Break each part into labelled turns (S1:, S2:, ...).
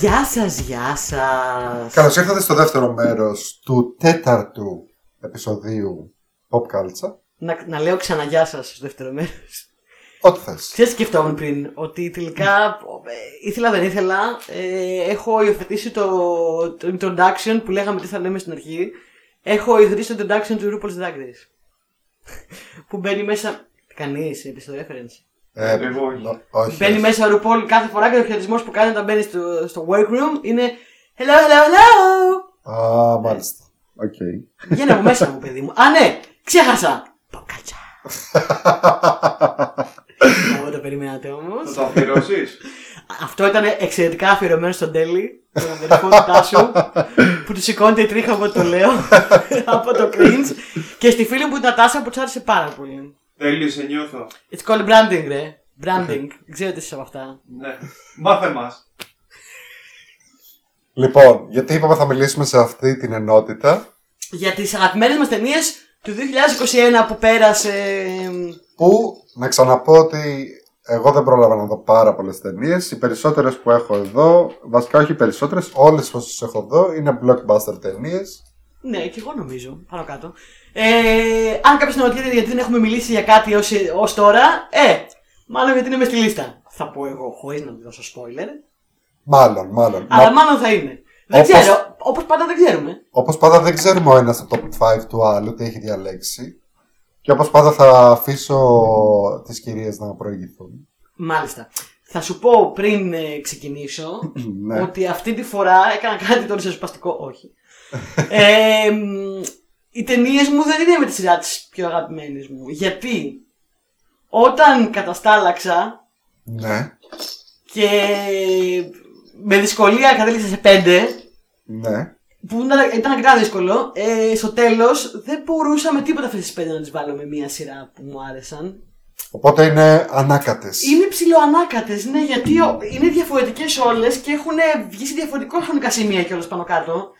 S1: Γεια σας, γεια σας.
S2: Καλώς ήρθατε στο δεύτερο μέρος του τέταρτου επεισοδίου Pop Culture.
S1: Να, να λέω ξανά γεια σας στο δεύτερο μέρος.
S2: Ό,τι θες.
S1: Ξέρεις τι σκεφτόμουν πριν, ότι τελικά ε, ήθελα δεν ήθελα, ε, έχω υιοθετήσει το, το introduction που λέγαμε τι θα λέμε στην αρχή. Έχω υιοθετήσει το introduction του RuPaul's Drag Race. που μπαίνει μέσα... Κανείς, είπε στο reference.
S3: Εγώ όχι.
S2: Ε, όχι.
S1: Μπαίνει μέσα ο RuPaul κάθε φορά και ο χαιρετισμός που κάνει όταν μπαίνει στο, στο workroom είναι Hello, hello, hello!
S2: Α, μάλιστα. Οκ.
S1: Βγαίνει από μέσα μου, παιδί μου. Α, ναι! Ξέχασα! Ποκάτσα. Δεν το περιμένατε όμως.
S3: Θα το αφιερώσεις.
S1: Αυτό ήταν εξαιρετικά αφιερωμένο στον τέλει. Τον αδερφό του Τάσου που του σηκώνεται η τρίχα από το λέω από το cringe και στη φίλη μου την Τάσα που του άρεσε πάρα πολύ.
S3: Τέλειος, σε νιώθω.
S1: It's called branding, ρε. Branding. Ξέρω τι είσαι από αυτά.
S3: Ναι. Μάθε μας.
S2: Λοιπόν, γιατί είπαμε θα μιλήσουμε σε αυτή την ενότητα
S1: για τις αγαπημένες μας ταινίες του 2021 που πέρασε.
S2: που να ξαναπώ ότι εγώ δεν πρόλαβα να δω πάρα πολλές ταινίες. Οι περισσότερες που έχω εδώ, βασικά όχι οι περισσότερες, όλες όσες έχω εδώ είναι blockbuster ταινίες.
S1: Ναι, και εγώ νομίζω, πάνω κάτω. Ε, αν κάποιος αναρωτιέται γιατί δεν έχουμε μιλήσει για κάτι ως, ως τώρα, ε, μάλλον γιατί είναι μες στη λίστα. Θα πω εγώ, χωρίς να δώσω spoiler,
S2: Μάλλον, μάλλον.
S1: αλλά μάλλον θα είναι. Δεν
S2: Όπως-
S1: ξέρω, όπως πάντα δεν ξέρουμε.
S2: Όπως πάντα δεν ξέρουμε ο ένας το top 5 του άλλου τι έχει διαλέξει και όπως πάντα θα αφήσω τις κυρίες να προηγηθούν.
S1: Μάλιστα. Θα σου πω πριν ε, ξεκινήσω
S2: ναι.
S1: ότι αυτή τη φορά έκανα κάτι το ριζοσπαστικό. Όχι. ε, μ, οι ταινίες μου δεν είναι με τη σειρά της πιο αγαπημένες μου. Γιατί όταν καταστάλαξα
S2: ναι,
S1: και με δυσκολία κατέληξα σε πέντε,
S2: ναι.
S1: που ήταν- ήταν αρκετά δύσκολο, ε, στο τέλος δεν μπορούσα με τίποτα αυτές τις πέντε να τις βάλω με μία σειρά που μου άρεσαν.
S2: Οπότε είναι ανάκατες.
S1: Είναι ψηλοανάκατε, ναι, γιατί ο- είναι διαφορετικές όλες και έχουν βγει σε διαφορετικό χρονικά σημεία κιόλας πάνω κάτω.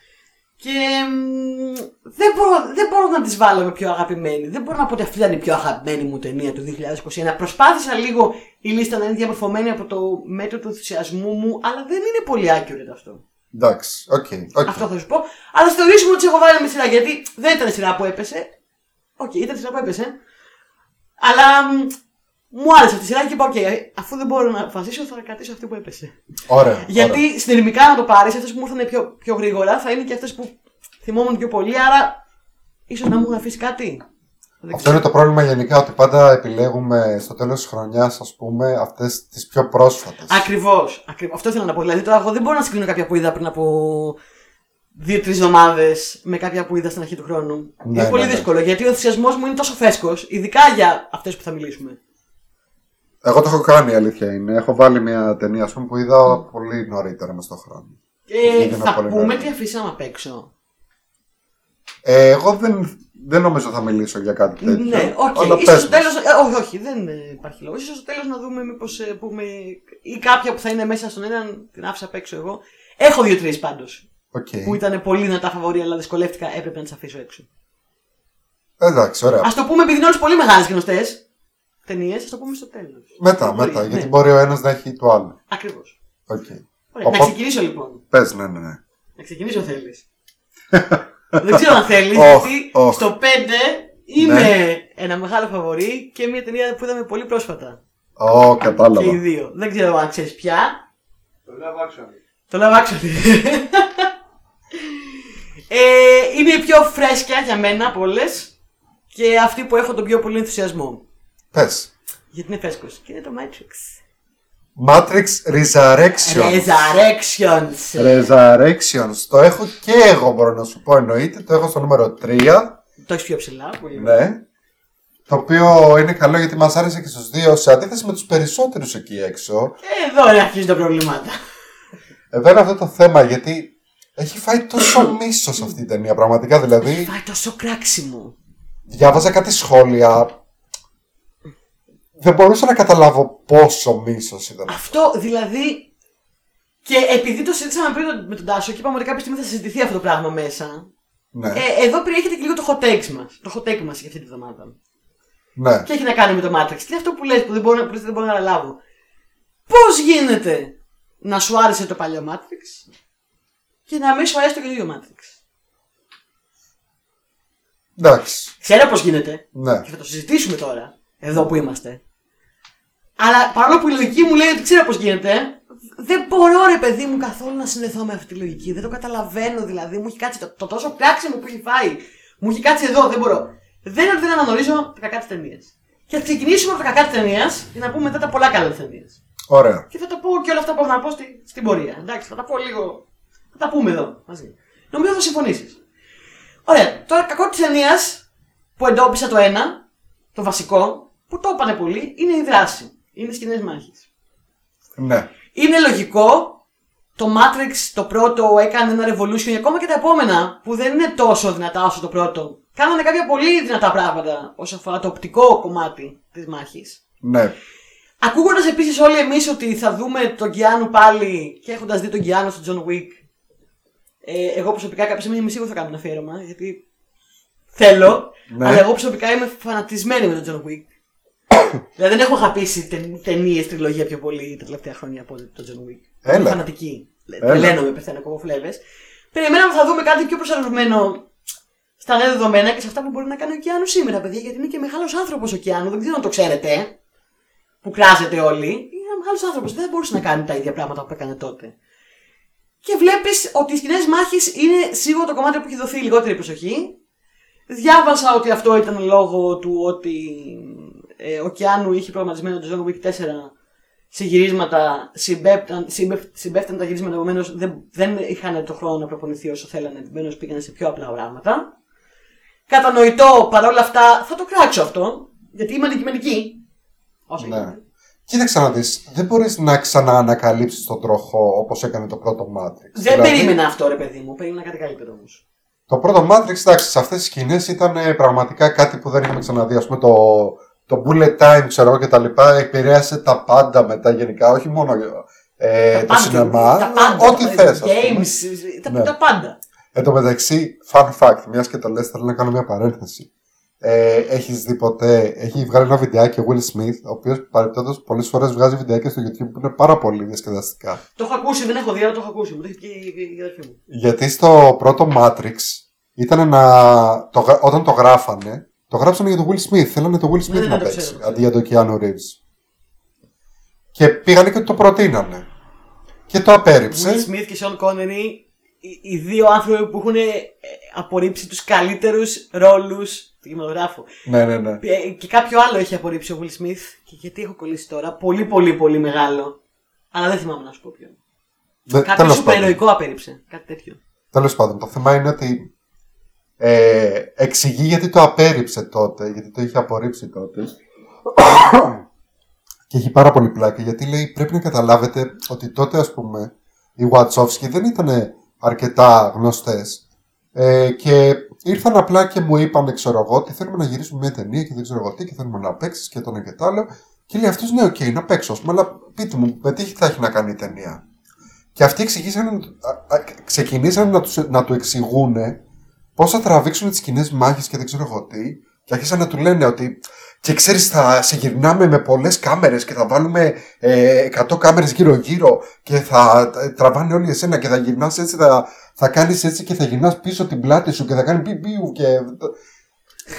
S1: Και μ, δεν μπορώ, δεν μπορώ να τις βάλω με πιο αγαπημένη. Δεν μπορώ να πω ότι αυτή ήταν η πιο αγαπημένη μου ταινία του 2021. Προσπάθησα λίγο η λίστα να είναι διαμορφωμένη από το μέτρο του ενθουσιασμού μου, αλλά δεν είναι πολύ accurate αυτό.
S2: Εντάξει, οκ, οκ.
S1: Αυτό θα σου πω. Αλλά α θεωρήσουμε ότι σε έχω βάλει με σειρά γιατί δεν ήταν η σειρά που έπεσε. Οκ, ήταν η σειρά που έπεσε. Αλλά μ, μου άρεσε αυτή η σειρά και είπα: Οκ, αφού δεν μπορώ να αποφασίσω, θα κρατήσω αυτή που έπεσε.
S2: Ωραία, ωραία.
S1: Γιατί συνειδημικά να το πάρεις, αυτές που μου ήρθαν πιο, πιο γρήγορα θα είναι και αυτές που θυμόμουν πιο πολύ, άρα ίσως να μου έχουν αφήσει κάτι. Δεν
S2: Αυτό
S1: ξέρω.
S2: είναι το πρόβλημα γενικά ότι πάντα επιλέγουμε στο τέλος της χρονιάς ας πούμε αυτές τις πιο πρόσφατες.
S1: Ακριβώς. Ακριβώς. Αυτό ήθελα να πω. Δηλαδή, τώρα εγώ δεν μπορώ να συγκρίνω κάποια που είδα πριν από δύο-τρει εβδομάδες με κάποια που είδα στην αρχή του χρόνου.
S2: Ναι,
S1: είναι πολύ
S2: ναι, ναι.
S1: δύσκολο γιατί ο ενθουσιασμός μου είναι τόσο φέσκο, ειδικά για αυτές που θα μιλήσουμε.
S2: Εγώ το έχω κάνει η αλήθεια είναι. Έχω βάλει μια ταινία ας πούμε που είδα πολύ νωρίτερα μες στον χρόνο.
S1: Ε,
S2: Είναι
S1: θα
S2: πολύ
S1: πούμε
S2: μεγάλο.
S1: τι αφήσαμε απ' έξω.
S2: Ε, εγώ δεν, δεν νομίζω θα μιλήσω για κάτι τέτοιο.
S1: ναι, οκ.
S2: αλλά
S1: Ίσως
S2: Ε, πες
S1: στο
S2: μας.
S1: τέλος. όχι, όχι, δεν ε, υπάρχει λόγος. σω στο τέλος να δούμε μήπως πούμε. ή κάποια που θα είναι μέσα στον έναν, την άφησα απ' έξω εγώ. Έχω δύο-τρει πάντως.
S2: Οκ.
S1: Που ήταν πολύ δυνατά φαβορή, αλλά δυσκολεύτηκα, έπρεπε να τις αφήσω έξω.
S2: Εντάξει, ωραία.
S1: Ας το πούμε επειδή είναι όλες πολύ μεγάλες γνωστές ταινίες, ας το πούμε στο τέλος.
S2: Μετά,
S1: Μπορεί,
S2: μετά.
S1: ναι.
S2: Γιατί μπορεί ο ένας να έχει το άλλο.
S1: Ακριβώς.
S2: Οκ.
S1: Να
S2: Οπό-
S1: ξεκινήσω λοιπόν.
S2: Πες, ναι, ναι, ναι.
S1: Να ξεκινήσω θέλεις. Δεν ξέρω αν θέλεις,
S2: Οχ,
S1: γιατί
S2: οχ.
S1: στο 5 είναι
S2: Ναι.
S1: ένα μεγάλο φαβορή και μια ταινία που είδαμε πολύ πρόσφατα.
S2: Ω,
S1: Και οι
S2: κατάλαβα.
S1: δύο. Δεν ξέρω αν ξέρεις πια.
S3: Το λέω άξονα.
S1: Το λαβάξω. ε, είναι η πιο φρέσκια για μένα από όλες και αυτή που έχω τον πιο πολύ ενθουσιασμό.
S2: Πες.
S1: Γιατί είναι φρέσκος. Και είναι το Matrix.
S2: Matrix Resurrection.
S1: Resurrections.
S2: Resurrections. Το έχω και εγώ μπορώ να σου πω εννοείται. Το έχω στο νούμερο 3.
S1: Το έχεις πιο ψηλά. πολύ.
S2: Ναι. Το οποίο είναι καλό γιατί μας άρεσε και στους δύο σε αντίθεση με τους περισσότερους εκεί έξω.
S1: Ε, Εδώ ρε, αρχίζουν τα προβλήματα.
S2: Εδώ είναι αυτό το θέμα γιατί έχει φάει τόσο μίσος αυτή η ταινία πραγματικά. Δηλαδή
S1: Φάει τόσο κράξιμο.
S2: διάβαζα κάτι σχόλια. Δεν μπορούσα να καταλάβω πόσο μίσος ήταν.
S1: Αυτό δηλαδή. Και επειδή το συζήτησαμε πριν με τον Τάσο και είπαμε ότι κάποια στιγμή θα συζητηθεί αυτό το πράγμα μέσα.
S2: Ναι,
S1: Ε, εδώ περιέχεται και λίγο το hot take μας. Το hot take μας για αυτή τη βδομάδα.
S2: ναι.
S1: Και έχει να κάνει με το Matrix. Και είναι αυτό που λες που δεν μπορώ, να- που λες, δεν μπορώ να αναλάβω. Πώς γίνεται να σου άρεσε το παλιό Matrix και να μην σου αρέσει το καινούριο Matrix.
S2: Εντάξει.
S1: Ξέρω πώς γίνεται
S2: Ναι.
S1: και θα το συζητήσουμε τώρα, εδώ που είμαστε. Αλλά παρόλο που η λογική μου λέει ότι ξέρω πώς γίνεται, δεν μπορώ ρε παιδί μου καθόλου να συνδεθώ με αυτή τη λογική. Δεν το καταλαβαίνω δηλαδή. Μου έχει κάτσει το, το τόσο πλάξιμο που έχει φάει. Μου έχει κάτσει εδώ, δεν μπορώ. Δεν, δεν αναγνωρίζω τα κακά της ταινίας. Και θα ξεκινήσουμε από τα κακά της ταινίας για να πούμε μετά τα πολλά καλά της ταινίας.
S2: Ωραία.
S1: Και θα τα πω και όλα αυτά που έχω να πω στη, στην πορεία. Εντάξει, θα τα πω λίγο. Θα τα πούμε εδώ μαζί. Νομίζω θα συμφωνήσεις. Ωραία, τώρα κακό της ταινίας που εντόπισα το ένα, το βασικό, που το είπανε πολύ, είναι η δράση. Είναι σκηνές μάχης.
S2: Ναι.
S1: Είναι λογικό. Το Matrix το πρώτο έκανε ένα revolution, ακόμα και τα επόμενα που δεν είναι τόσο δυνατά όσο το πρώτο. Κάνανε κάποια πολύ δυνατά πράγματα όσον αφορά το οπτικό κομμάτι της μάχης.
S2: Ναι.
S1: Ακούγοντας επίσης όλοι εμείς ότι θα δούμε τον Κιάνου πάλι και έχοντας δει τον Κιάνου στο John Wick, ε, εγώ προσωπικά κάποια στιγμή είμαι σίγουρο θα κάνω ένα αφιέρωμα, γιατί θέλω,
S2: Ναι.
S1: αλλά εγώ προσωπικά είμαι φανατισμένη με τον John Wick. δηλαδή δεν έχω αγαπήσει τεν, ταινίες, τριλογία πιο πολύ τα τελευταία χρόνια από τον John Wick.
S2: Έλα.
S1: Είμαι φανατική.
S2: Έλα.
S1: Λένε με πεθαίνω ακόμα φλέβες. Περιμέναμε θα δούμε κάτι πιο προσαρμοσμένο στα νέα δεδομένα και σε αυτά που μπορεί να κάνει ο Κιάνου σήμερα, παιδιά, γιατί είναι και μεγάλος άνθρωπος ο Κιάνου, δεν ξέρω αν το ξέρετε που κράζετε όλοι, είναι ένα μεγάλος άνθρωπος. Δεν μπορούσε να κάνει τα ίδια πράγματα που έκανε τότε. Και βλέπεις ότι οι σκηνές μάχης είναι σίγουρα το κομμάτι που έχει δοθεί λιγότερη προσοχή. Διάβασα ότι αυτό ήταν λόγω του ότι ε, ο Κιάνου είχε προγραμματισμένο το John Wick 4 σε γυρίσματα, συμπέφταν, συμπεφ- συμπέφταν τα γυρίσματα, επομένως δεν, δεν είχαν το χρόνο να προπονηθεί όσο θέλανε, επομένως πήγαν σε πιο απλά πράγματα. Κατανοητό παρόλα αυτά, θα το κράξω αυτό, γιατί είμαι αντικειμενική. Όσο
S2: ναι.
S1: γίνεται.
S2: Κοίταξε να δεις. Δεν μπορείς να ξαναανακαλύψεις τον τροχό όπως έκανε το πρώτο Matrix.
S1: Δεν
S2: Δηλαδή,
S1: περίμενα αυτό, ρε παιδί μου. Περίμενα κάτι καλύτερο όμως.
S2: Το πρώτο Matrix, εντάξει, σε αυτές τις σκηνές ήταν ε, πραγματικά κάτι που δεν είχαμε ξαναδεί. Ας πούμε το, το bullet time, ξέρω εγώ και τα λοιπά, επηρέασε τα πάντα μετά γενικά. Όχι μόνο ε, το σινεμά,
S1: τα
S2: αλλά
S1: πάντα,
S2: ό,τι
S1: τα-
S2: θε.
S1: Games, τα,
S2: Ναι.
S1: τα πάντα.
S2: Εν τω μεταξύ, fun fact, μιας και το λες, θέλω να κάνω μια παρένθεση. Ε, έχεις δει ποτέ, έχει βγάλει ένα βιντεάκι ο Will Smith, ο οποίος παρεπτόντω πολλές φορές βγάζει βιντεάκια στο YouTube που είναι πάρα πολύ διασκεδαστικά.
S1: Το έχω ακούσει, δεν έχω δει, αλλά το έχω ακούσει. Μου το έχει πει η- η- η αδερφή μου.
S2: Γιατί στο πρώτο Matrix ήταν να. Το, γρα- όταν το γράφανε, το γράψανε για τον Will Smith. Θέλανε τον Will Smith
S1: Ναι, ναι,
S2: να
S1: το
S2: παίξει
S1: ξέρω, το ξέρω.
S2: αντί για τον Keanu Reeves. Και πήγανε και το προτείνανε. Και το απέρριψε.
S1: Will Smith και Sean Connery, οι, οι δύο άνθρωποι που έχουν ε, απορρίψει τους καλύτερους ρόλους του κινηματογράφου.
S2: Ναι, ναι, ναι.
S1: Ε, Και κάποιο άλλο έχει απορρίψει ο Will Smith. Και γιατί έχω κολλήσει τώρα. Πολύ, πολύ, πολύ μεγάλο. Αλλά δεν θυμάμαι να σου πω ποιο.
S2: Δε-
S1: Κάποιο
S2: Ε, τέλος πάντων.
S1: σουπερηρωικό απέρριψε. Κάτι τέτοιο.
S2: Τέλος πάντων, το θέμα είναι ότι ε, εξηγεί γιατί το απέρριψε τότε, γιατί το είχε απορρίψει τότε. και έχει πάρα πολύ πλάκα, γιατί λέει πρέπει να καταλάβετε ότι τότε, ας πούμε, οι Watsowski δεν ήταν αρκετά γνωστές. Ε, και ήρθαν απλά και μου είπαν, ξέρω εγώ, ότι θέλουμε να γυρίσουμε μια ταινία και δεν ξέρω εγώ τι και θέλουμε να παίξεις και το ένα και το άλλο. Και λέει αυτός, ναι, οκ, να παίξω, ας πούμε, αλλά πείτε μου, με τι θα έχει να κάνει η ταινία. Και αυτοί εξηγήσανε, α, α, ξεκινήσανε να, τους, να του εξηγούν πώς θα τραβήξουν τις κοινές μάχες και δεν ξέρω εγώ τι. Και άρχισαν να του λένε ότι. Και ξέρεις, θα σε γυρνάμε με πολλές κάμερες και θα βάλουμε ε, 100 κάμερες γύρω-γύρω και θα ε, τραβάνε όλοι εσένα και θα γυρνάς έτσι, θα, θα κάνεις έτσι και θα γυρνάς πίσω την πλάτη σου και θα κάνει πιμπιου και.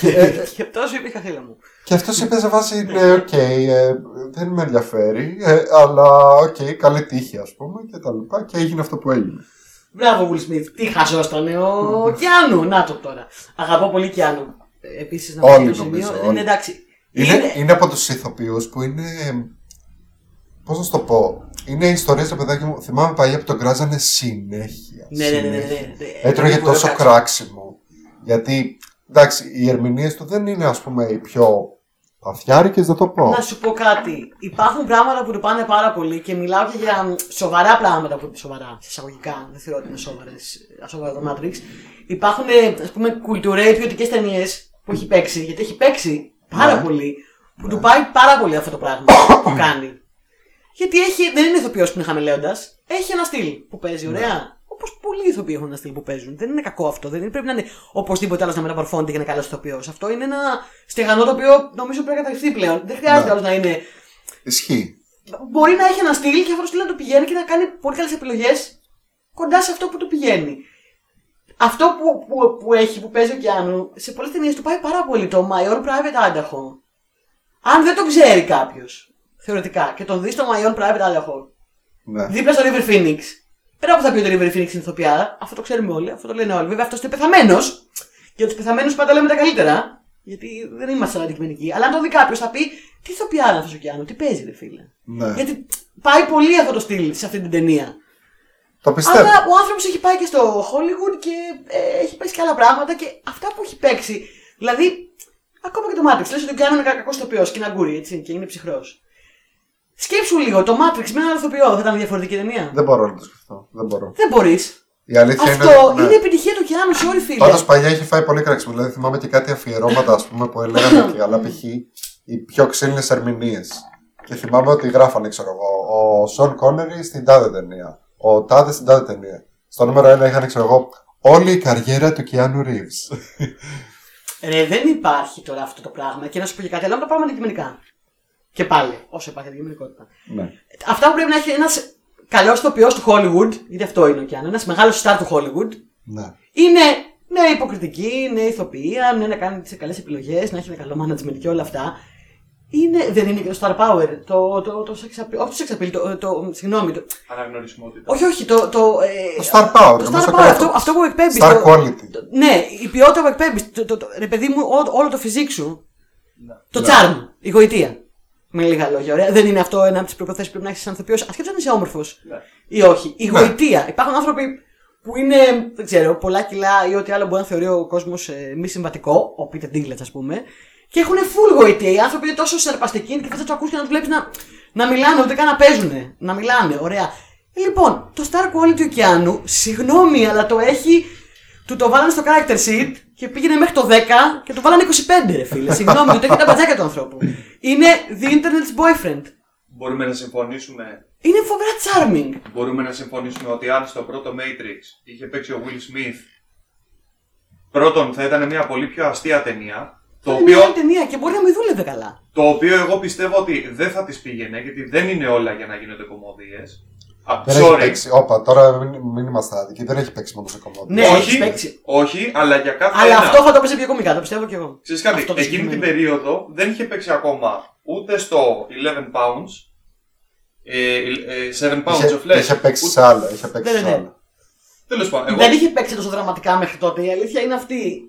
S2: ε,
S1: Και αυτό σου είπε η καφέλα μου.
S2: Και αυτός είπε σε βάση, ναι, οκ, ε, δεν με ενδιαφέρει, ε, αλλά οκ, καλή τύχη, ας πούμε, και τα λοιπά. Και έγινε αυτό που έγινε.
S1: Μπράβο, Will Smith. Τι χαζός ήταν ε, ο Κιάνου. Να το τώρα. Αγαπώ πολύ Κιάνου. Επίσης, να πω
S2: Όλοι
S1: το σημείο.
S2: νομίζω, όλοι.
S1: Είναι εντάξει.
S2: Είναι, είναι... από τους ηθοποιούς που είναι. Πώς να σου το πω. Είναι ιστορίε, ρε παιδάκι μου. Θυμάμαι παλιά που τον κράζανε συνέχεια.
S1: Ναι, ναι, ναι, ναι,
S2: συνέχεια.
S1: ναι.
S2: Έτρωγε
S1: Πολύ
S2: Ε, τόσο
S1: κράξιμο.
S2: κράξιμο. Γιατί. Εντάξει, οι ερμηνείες του δεν είναι, ας πούμε, οι πιο παθιάρικες, να το πω.
S1: Να σου πω κάτι. Υπάρχουν πράγματα που του πάνε πάρα πολύ και μιλάω και για σοβαρά πράγματα που είναι σοβαρά. Συσσαγωγικά, δεν θεωρώ ότι είναι σοβαρές. Ασόβαρα το Matrix. Υπάρχουν, ας πούμε, κουλτουρές ποιοτικές ταινίες που έχει παίξει. Γιατί έχει παίξει πάρα
S2: Ναι.
S1: πολύ. Που του πάει πάρα πολύ αυτό το πράγμα που κάνει. Γιατί έχει, δεν είναι ηθοποιός που είναι χαμηλέοντας. Έχει ένα στυλ που παίζει ωραία. Όπως πολλοί ηθοποιοί έχουν ένα στυλ που παίζουν. Δεν είναι κακό αυτό. Δεν είναι, πρέπει να είναι οπωσδήποτε άλλος να μεταμορφώνεται για να είναι καλός ηθοποιός. Αυτό είναι ένα στεγανό το οποίο νομίζω πρέπει να καταληφθεί πλέον. Δεν χρειάζεται
S2: Ναι.
S1: άλλος να είναι
S2: Ισχύει.
S1: μπορεί να έχει ένα στυλ και αυτό το στυλ να το πηγαίνει και να κάνει πολύ καλές επιλογές κοντά σε αυτό που το πηγαίνει. Αυτό που, που, που έχει, που παίζει ο Κιάνου, σε πολλές ταινίες του πάει πάρα πολύ το My Own Private Idaho. Αν δεν το ξέρει κάποιος, θεωρητικά, και τον δεις στο My Own Private Idaho,
S2: Ναι.
S1: δίπλα στο River Phoenix. Πέρα που θα πει ότι ο River Phoenix είναι ηθοποιάρα, αυτό το ξέρουμε όλοι, αυτό το λένε όλοι. Βέβαια αυτός είναι πεθαμένος. Για τους πεθαμένους πάντα λέμε τα καλύτερα. Γιατί δεν είμαστε σαν αντικειμενικοί. Αλλά αν το δει κάποιος θα πει τι ηθοποιάρα αυτός ο Κιάνου, τι παίζει, ρε φίλε.
S2: ναι.
S1: Γιατί πάει πολύ αυτό το στυλ σε αυτή την ταινία.
S2: Το πιστεύω.
S1: Αλλά ο άνθρωπος έχει πάει και στο Hollywood και ε, έχει παίξει και άλλα πράγματα και αυτά που έχει παίξει. Δηλαδή, ακόμα και το Matrix. Λες ότι ο Κιάνο είναι κακός τοπίο και είναι αγκούρι, έτσι, και είναι ψυχρός. Σκέψου λίγο, το Matrix με έναν ηθοποιό θα ήταν διαφορετική ταινία.
S2: Δεν μπορώ να το σκεφτώ. Δεν μπορώ.
S1: Δεν μπορείς.
S2: Η αλήθεια
S1: Αυτό
S2: ναι.
S1: είναι επιτυχία του Κιάνου σε όλη φίλη.
S2: Πάντως παλιά είχε φάει πολύ κράξιμο. Δηλαδή θυμάμαι και κάτι αφιερώματα ας πούμε, που έλεγαν και αλλά π.χ. οι πιο ξύλινες ερμηνείες. Και θυμάμαι ότι γράφανε, ξέρω εγώ, ο Σον Κόνερι στην τάδε ταινία. Ο Τάδε στην τάδε ταινία. Στο νούμερο 1 είχαν, ξέρω εγώ, όλη η καριέρα του Κιάνου Ρίβ.
S1: Ρε, δεν υπάρχει τώρα αυτό το πράγμα. Και να σου πω και κάτι άλλο, να το πάμε αντικειμενικά. Και πάλι, όσο υπάρχει αντικειμενικότητα.
S2: ναι.
S1: Αυτά που πρέπει να έχει ένας καλός τοπίο του Hollywood, γιατί αυτό είναι ο Κιάνο, ένας μεγάλος star του Hollywood,
S2: ναι.
S1: είναι ναι, υποκριτική, ναι, ηθοποιία, ναι, να κάνει τις καλές επιλογές, να έχει ένα καλό management και όλα αυτά. Είναι, δεν είναι και το star power, το, το, το sex appeal, όχι το sex appeal, το, το, συγγνώμη, το,
S3: Αναγνωρισιμότητα.
S1: όχι, όχι, το, το, ε,
S2: Το star power,
S1: το star
S2: εμείς το
S1: power,
S2: κρατάμε.
S1: αυτό, αυτό που εκπέμπει.
S2: Star quality.
S1: ναι, η ποιότητα που εκπέμπεις, το, το, το, ρε παιδί μου, ό, όλο το φυσικ σου, το charm, η γοητεία. Με λίγα λόγια, ωραία. Δεν είναι αυτό ένα από τις προποθέσεις που πρέπει να έχεις σαν ηθοποιός, ασχέτω αν είσαι όμορφος
S3: Ναι.
S1: ή όχι. Η
S2: Ναι.
S1: γοητεία. Υπάρχουν άνθρωποι που είναι, δεν ξέρω, πολλά κιλά ή ό,τι άλλο μπορεί να θεωρεί ο κόσμος μη συμβατικό, ο Πίτερ Ντίγκλετ, ας πούμε, και έχουν full γοητεία. Οι άνθρωποι είναι τόσο συναρπαστικοί και θε να τους ακούσει και να τους βλέπεις να, να μιλάνε, ούτε καν να παίζουν. Να μιλάνε, ωραία. Λοιπόν, το Star Quality του ωκεάνου, συγγνώμη, αλλά το έχει. Του το βάλανε στο character sheet και πήγαινε μέχρι το 10 και του βάλανε 25, ρε φίλε. Συγγνώμη, το έχει τα μπατζάκια του ανθρώπου. Είναι the internet's boyfriend.
S3: Μπορούμε να συμφωνήσουμε
S1: Είναι φοβερά charming.
S3: Μπορούμε να συμφωνήσουμε ότι αν στο πρώτο Matrix είχε παίξει ο Will Smith, πρώτον θα ήταν μια πολύ πιο αστεία ταινία, το
S1: Είναι μια
S3: οποίο,
S1: άλλη ταινία και μπορεί να μην δούλευε καλά.
S3: το οποίο εγώ πιστεύω ότι δεν θα τις πήγαινε, γιατί δεν είναι όλα για να γίνονται κομμωδίες. Α,
S2: Δεν έχει
S3: Sorry.
S2: παίξει. Όπα, τώρα μην, μην είμαστε άδικοι. Δεν έχει παίξει μόνο σε κομμάτι.
S1: Ναι, έχει
S3: όχι,
S1: παίξει.
S3: όχι, αλλά για κάθε
S1: Αλλά
S3: ένα.
S1: αυτό θα το πει πιο κομικά, το πιστεύω κι εγώ.
S3: Ξέρεις κάτι,
S1: αυτό το
S3: εκείνη την
S1: συγκεκριμένο.
S3: περίοδο δεν είχε παίξει ακόμα ούτε στο 11 pounds, ε, ε, 7 pounds
S2: είχε,
S3: of flesh.
S2: είχε παίξει
S3: ούτε-
S2: σε άλλα. Είχε παίξει
S1: Ναι, ναι,
S2: σε
S1: ναι.
S2: άλλα.
S3: Τέλος πάντων, εγώ
S1: Δεν είχε παίξει τόσο δραματικά μέχρι τότε. Η αλήθεια είναι αυτή.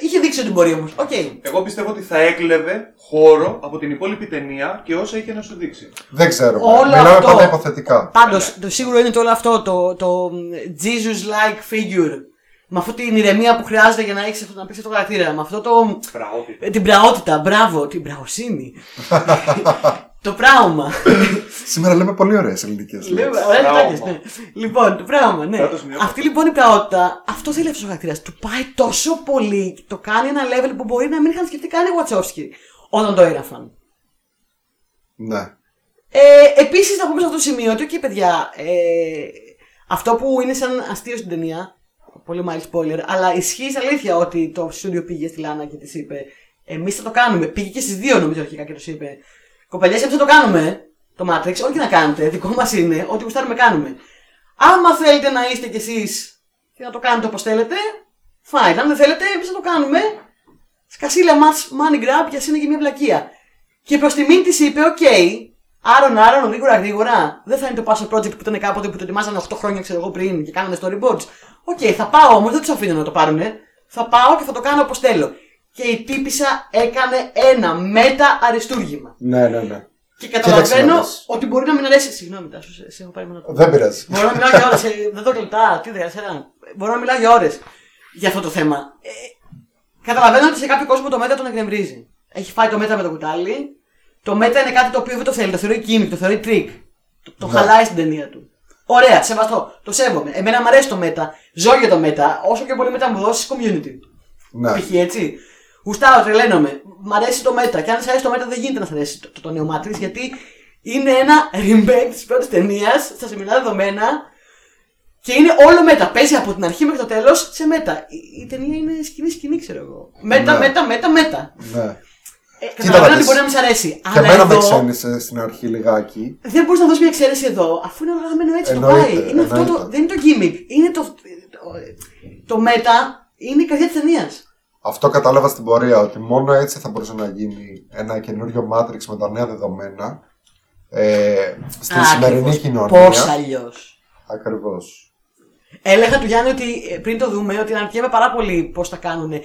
S1: Είχε δείξει ότι μπορεί όμως. Οκ.
S3: Εγώ πιστεύω ότι θα έκλεβε χώρο από την υπόλοιπη ταινία και όσα είχε να σου δείξει.
S2: Δεν ξέρω.
S1: Όλο
S2: Μιλάμε
S1: αυτό.
S2: πάντα υποθετικά.
S1: Πάντως, το σίγουρο είναι ότι όλο αυτό το, το Jesus-like figure. Με αυτή την ηρεμία που χρειάζεται για να, έχεις, αυτό- να παίξει αυτό το χαρακτήρα. Με αυτό το.
S3: Πραγότητα.
S1: ε, Την πραότητα, μπράβο, την πραγοσύνη. το πράγμα.
S2: Σήμερα λέμε πολύ ωραίες ελληνικές λέξεις.
S1: Λέμε, ωραία
S3: Τραύμα.
S1: λεπτάκια, ναι. Λοιπόν, το πράγμα, ναι.
S3: Κράτος μειώπτης.
S1: Αυτή λοιπόν η πραότητα, αυτό θέλει αυτός ο χαρακτήρας. Του πάει τόσο πολύ, και το κάνει ένα level που μπορεί να μην είχαν σκεφτεί καν οι Wachowski όταν το έγραφαν.
S2: Ναι.
S1: Ε, Επίσης, να πούμε σε αυτό το σημείο ότι, και παιδιά, ε, αυτό που είναι σαν αστείο στην ταινία, πολύ mild spoiler, αλλά ισχύει σε αλήθεια ότι το στούντιο πήγε στη Λάνα και της είπε Εμείς θα το κάνουμε. Πήγε και στις δύο νομίζω αρχικά και τους είπε Κοπελιές, εμεί θα το κάνουμε. Το Matrix, ό,τι και να κάνετε, δικό μας είναι, ό,τι γουστάρουμε κάνουμε. Άμα θέλετε να είστε κι εσείς και να το κάνετε όπως θέλετε, fine. Αν δεν θέλετε, εμείς θα το κάνουμε. Σκασίλα μας, money grab, για είναι και μια βλακεία. Και προς τιμήν της είπε, οκ, άρον, άρον, γρήγορα, γρήγορα. Δεν θα είναι το Passion Project που ήταν κάποτε που το ετοιμάζανε 8 χρόνια, ξέρω εγώ, πριν και κάνανε storyboards. Οκ, θα πάω όμως, δεν τους αφήνω να το πάρουνε. Θα πάω και θα το κάνω όπως θέλω. Και η τύπησα έκανε ένα μετα αριστούργημα.
S2: Ναι, ναι, ναι.
S1: Και
S2: Κοίταξε να
S1: καταλαβαίνω
S2: δεις.
S1: ότι μπορεί να μην αρέσει. Συγγνώμη, Τάσο, σε, σε έχω πάρει με ένα
S2: Δεν πειράζει.
S1: Μπορώ να μιλάω για ώρες. Δεν το κλειτά. Τι δεν ξέρω. Μπορώ να μιλάω για ώρες για αυτό το θέμα. Ε, καταλαβαίνω ότι σε κάποιο κόσμο το μέτα τον εκνευρίζει. Έχει φάει το μέτα με το κουτάλι. Το μέτα είναι κάτι το οποίο δεν το θέλει. Το θεωρεί gimmick, το θεωρεί trick. Το, το
S2: Ναι.
S1: χαλάει στην ταινία του. Ωραία, σεβαστό. Το σέβομαι. Εμένα μου αρέσει το μέτα. Ζω για το μέτα. Όσο και πολύ μέτα μου δώσει community.
S2: Ναι.
S1: Π.χ. έτσι. Γουστάω, τρελαίνομαι. Μ' αρέσει το Μέτα. Και αν σε αρέσει το Μέτα, δεν γίνεται να σε αρέσει το, το, το νέο Matrix, γιατί είναι ένα remake της πρώτης ταινίας στα σεμινάρια δεδομένα και είναι όλο Μέτα. Παίζει από την αρχή μέχρι το τέλος σε Μέτα. Η, η ταινία είναι σκηνή-σκηνή, ξέρω εγώ. Μέτα,
S2: Ναι.
S1: Μέτα, Μέτα, Μέτα.
S2: ναι.
S1: Ε,
S2: Κοίτα να
S1: Καταλαβαίνω ότι
S2: δεις.
S1: μπορεί να μην σ' αρέσει.
S2: Και
S1: Αλλά
S2: εμένα με
S1: εδώ
S2: ξένησε στην αρχή λιγάκι.
S1: δεν μπορείς να δώσεις μια εξαίρεση εδώ, αφού είναι γραμμένο έτσι. Το
S2: Εννοείται,
S1: πάει. Είναι αυτό το,
S2: εννοείται.
S1: δεν είναι το gimmick. Είναι το. Το, το μετα είναι η καρδιά της ταινίας.
S2: Αυτό κατάλαβα στην πορεία ότι μόνο έτσι θα μπορούσε να γίνει ένα καινούριο Matrix με τα νέα δεδομένα ε, στην σημερινή κοινωνία.
S1: Πώς αλλιώς.
S2: Ακριβώς.
S1: Έλεγα του Γιάννη ότι ε, πριν το δούμε, ότι αναρωτιέμαι πάρα πολύ πώς τα κάνουν.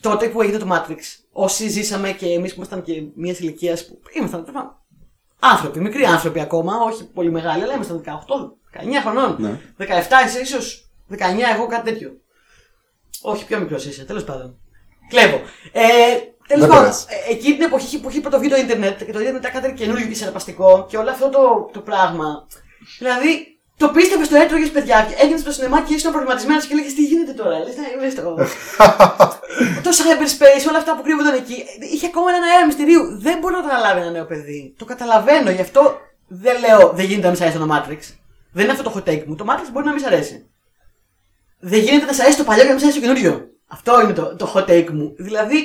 S1: Τότε που έγινε το Matrix, όσοι ζήσαμε και εμείς που ήμασταν και μιας ηλικίας που ήμασταν. τέλος πάντων, Άνθρωποι, μικροί άνθρωποι ακόμα, όχι πολύ μεγάλοι, αλλά ήμασταν 18, 19 χρονών.
S2: Ναι.
S1: 17 εσύ ίσω, 19 εγώ κάτι τέτοιο. Όχι, πιο μικρός είσαι, τέλος πάντων. Κλέβω. Ε, τέλος
S2: Δεν
S1: πάντων,
S2: πειράζει.
S1: ε, εκείνη την εποχή που είχε πρώτο βγει το Ιντερνετ και το Ιντερνετ ήταν κάτι καινούργιο και συναρπαστικό και όλο αυτό το, το πράγμα. Δηλαδή, το πίστευε, το έτρωγες παιδιά, έγινε στο σινεμά και ήσουν προβληματισμένος και λέγε τι γίνεται τώρα. Λες, να είμαι στο. το cyberspace, όλα αυτά που κρύβονταν εκεί. Είχε ακόμα ένα αέρα μυστηρίου. Δεν μπορεί να το αναλάβει ένα νέο παιδί. Το καταλαβαίνω, γι' αυτό δεν λέω δεν γίνεται να μη σ' αρέσει το Matrix. Δεν είναι αυτό το hot take μου. Το Matrix μπορεί να μη σ' αρέσει. Δεν γίνεται να σ' αρέσει το παλιό και να μη σ' αρέσει το καινούριο. Αυτό είναι το, το hot take μου. Δηλαδή,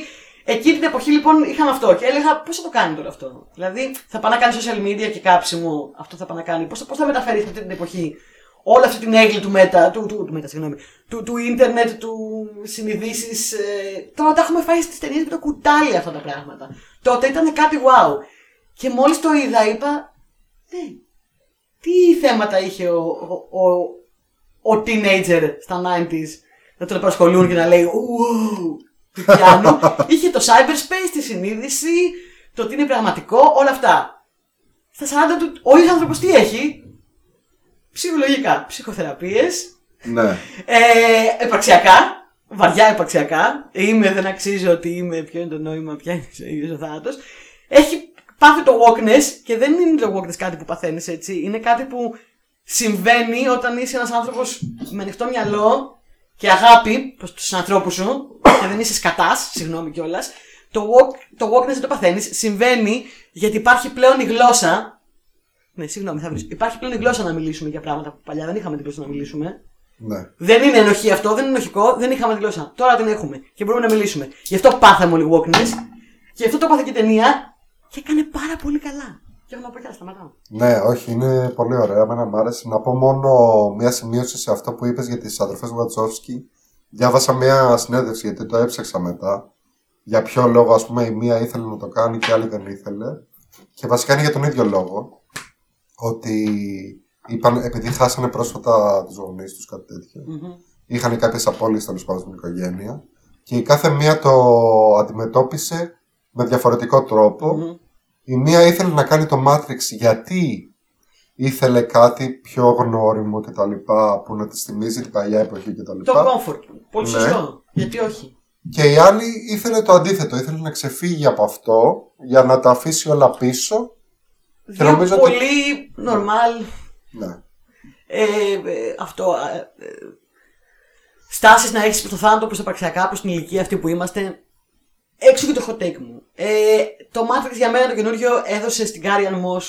S1: εκείνη την εποχή λοιπόν είχαμε αυτό και έλεγα πώς θα το κάνει τώρα αυτό. Δηλαδή, θα πάει να κάνει social media και κάψιμο, αυτό θα πάει να κάνει. Πώς θα μεταφέρει σε αυτή την εποχή όλη αυτή την έγκλη του μέτα, του, του, του, μέτα, συγγνώμη, του, του ίντερνετ, του συνειδήσεις. Ε, τώρα τα έχουμε φάει στις ταινίες με το κουτάλι αυτά τα πράγματα. Τότε ήταν κάτι wow. Και μόλις το είδα, είπα. Ναι, τι θέματα είχε ο, ο, ο, ο teenager στα 90s να τον απασχολούν και να λέει «Ου, του πιάνου. είχε το cyberspace, τη συνείδηση, το τι είναι πραγματικό, όλα αυτά. Στα 40 του, ο ίδιος άνθρωπος τι έχει. Ψυχολογικά, ψυχοθεραπείες,
S2: Ναι.
S1: ε, επαξιακά. Βαριά επαξιακά. Είμαι, δεν αξίζω ότι είμαι. Ποιο είναι το νόημα, ποια είναι η ζωή, ο θάνατος. Έχει πάθει το wokeness και δεν είναι το wokeness κάτι που παθαίνεις έτσι. Είναι κάτι που συμβαίνει όταν είσαι ένας άνθρωπος με ανοιχτό μυαλό και αγάπη προς τους ανθρώπους σου και δεν είσαι σκατάς, συγγνώμη κιόλας. Το, walk, το wokeness δεν το παθαίνεις. Συμβαίνει γιατί υπάρχει πλέον η γλώσσα. Ναι, συγγνώμη, θα βρεις. Υπάρχει πλέον η γλώσσα να μιλήσουμε για πράγματα που παλιά δεν είχαμε την γλώσσα να μιλήσουμε.
S2: ναι.
S1: Δεν είναι ενοχή αυτό, δεν είναι ενοχικό, δεν είχαμε τη γλώσσα. Τώρα την έχουμε και μπορούμε να μιλήσουμε. Γι' αυτό πάθαμε όλοι walkness και γι' αυτό το πάθε και η ταινία και έκανε πάρα πολύ καλά. Και έχω να πω κι άλλα, σταματάω.
S2: Ναι, όχι, είναι πολύ ωραία. Εμένα μου άρεσε. Να πω μόνο μία σημείωση σε αυτό που είπες για τις αδερφές Βατσόφσκι. Διάβασα μία συνέντευξη, γιατί το έψαξα μετά. Για ποιο λόγο, ας πούμε, η μία ήθελε να το κάνει και η άλλη δεν ήθελε. Και βασικά είναι για τον ίδιο λόγο. Ότι είπαν, επειδή χάσανε πρόσφατα τους γονείς τους, κάτι τέτοιο
S1: Μμμ.
S2: είχαν κάποιες απώλειες τέλος πάντων στην οικογένεια. Και η κάθε μία το αντιμετώπισε με διαφορετικό τρόπο.
S1: Μμμ.
S2: Η μία ήθελε να κάνει το Matrix γιατί ήθελε κάτι πιο γνώριμο και τα λοιπά που να τη θυμίζει την παλιά εποχή και τα
S1: Το
S2: λοιπά.
S1: comfort. Πολύ
S2: Ναι.
S1: σωστό. Γιατί όχι.
S2: Και η άλλη ήθελε το αντίθετο, ήθελε να ξεφύγει από αυτό για να τα αφήσει όλα πίσω.
S1: Δύο
S2: νομίζω ότι-
S1: πολύ normal
S2: Ναι,
S1: ε, ε, αυτό. Ε, ε, Στάσεις να έχεις προς το θάνατο, προς τα πραξιακά, προς την ηλικία αυτή που είμαστε. Έξω και το hot take μου. Ε, το Matrix για μένα το καινούριο έδωσε στην Κάριαν Moss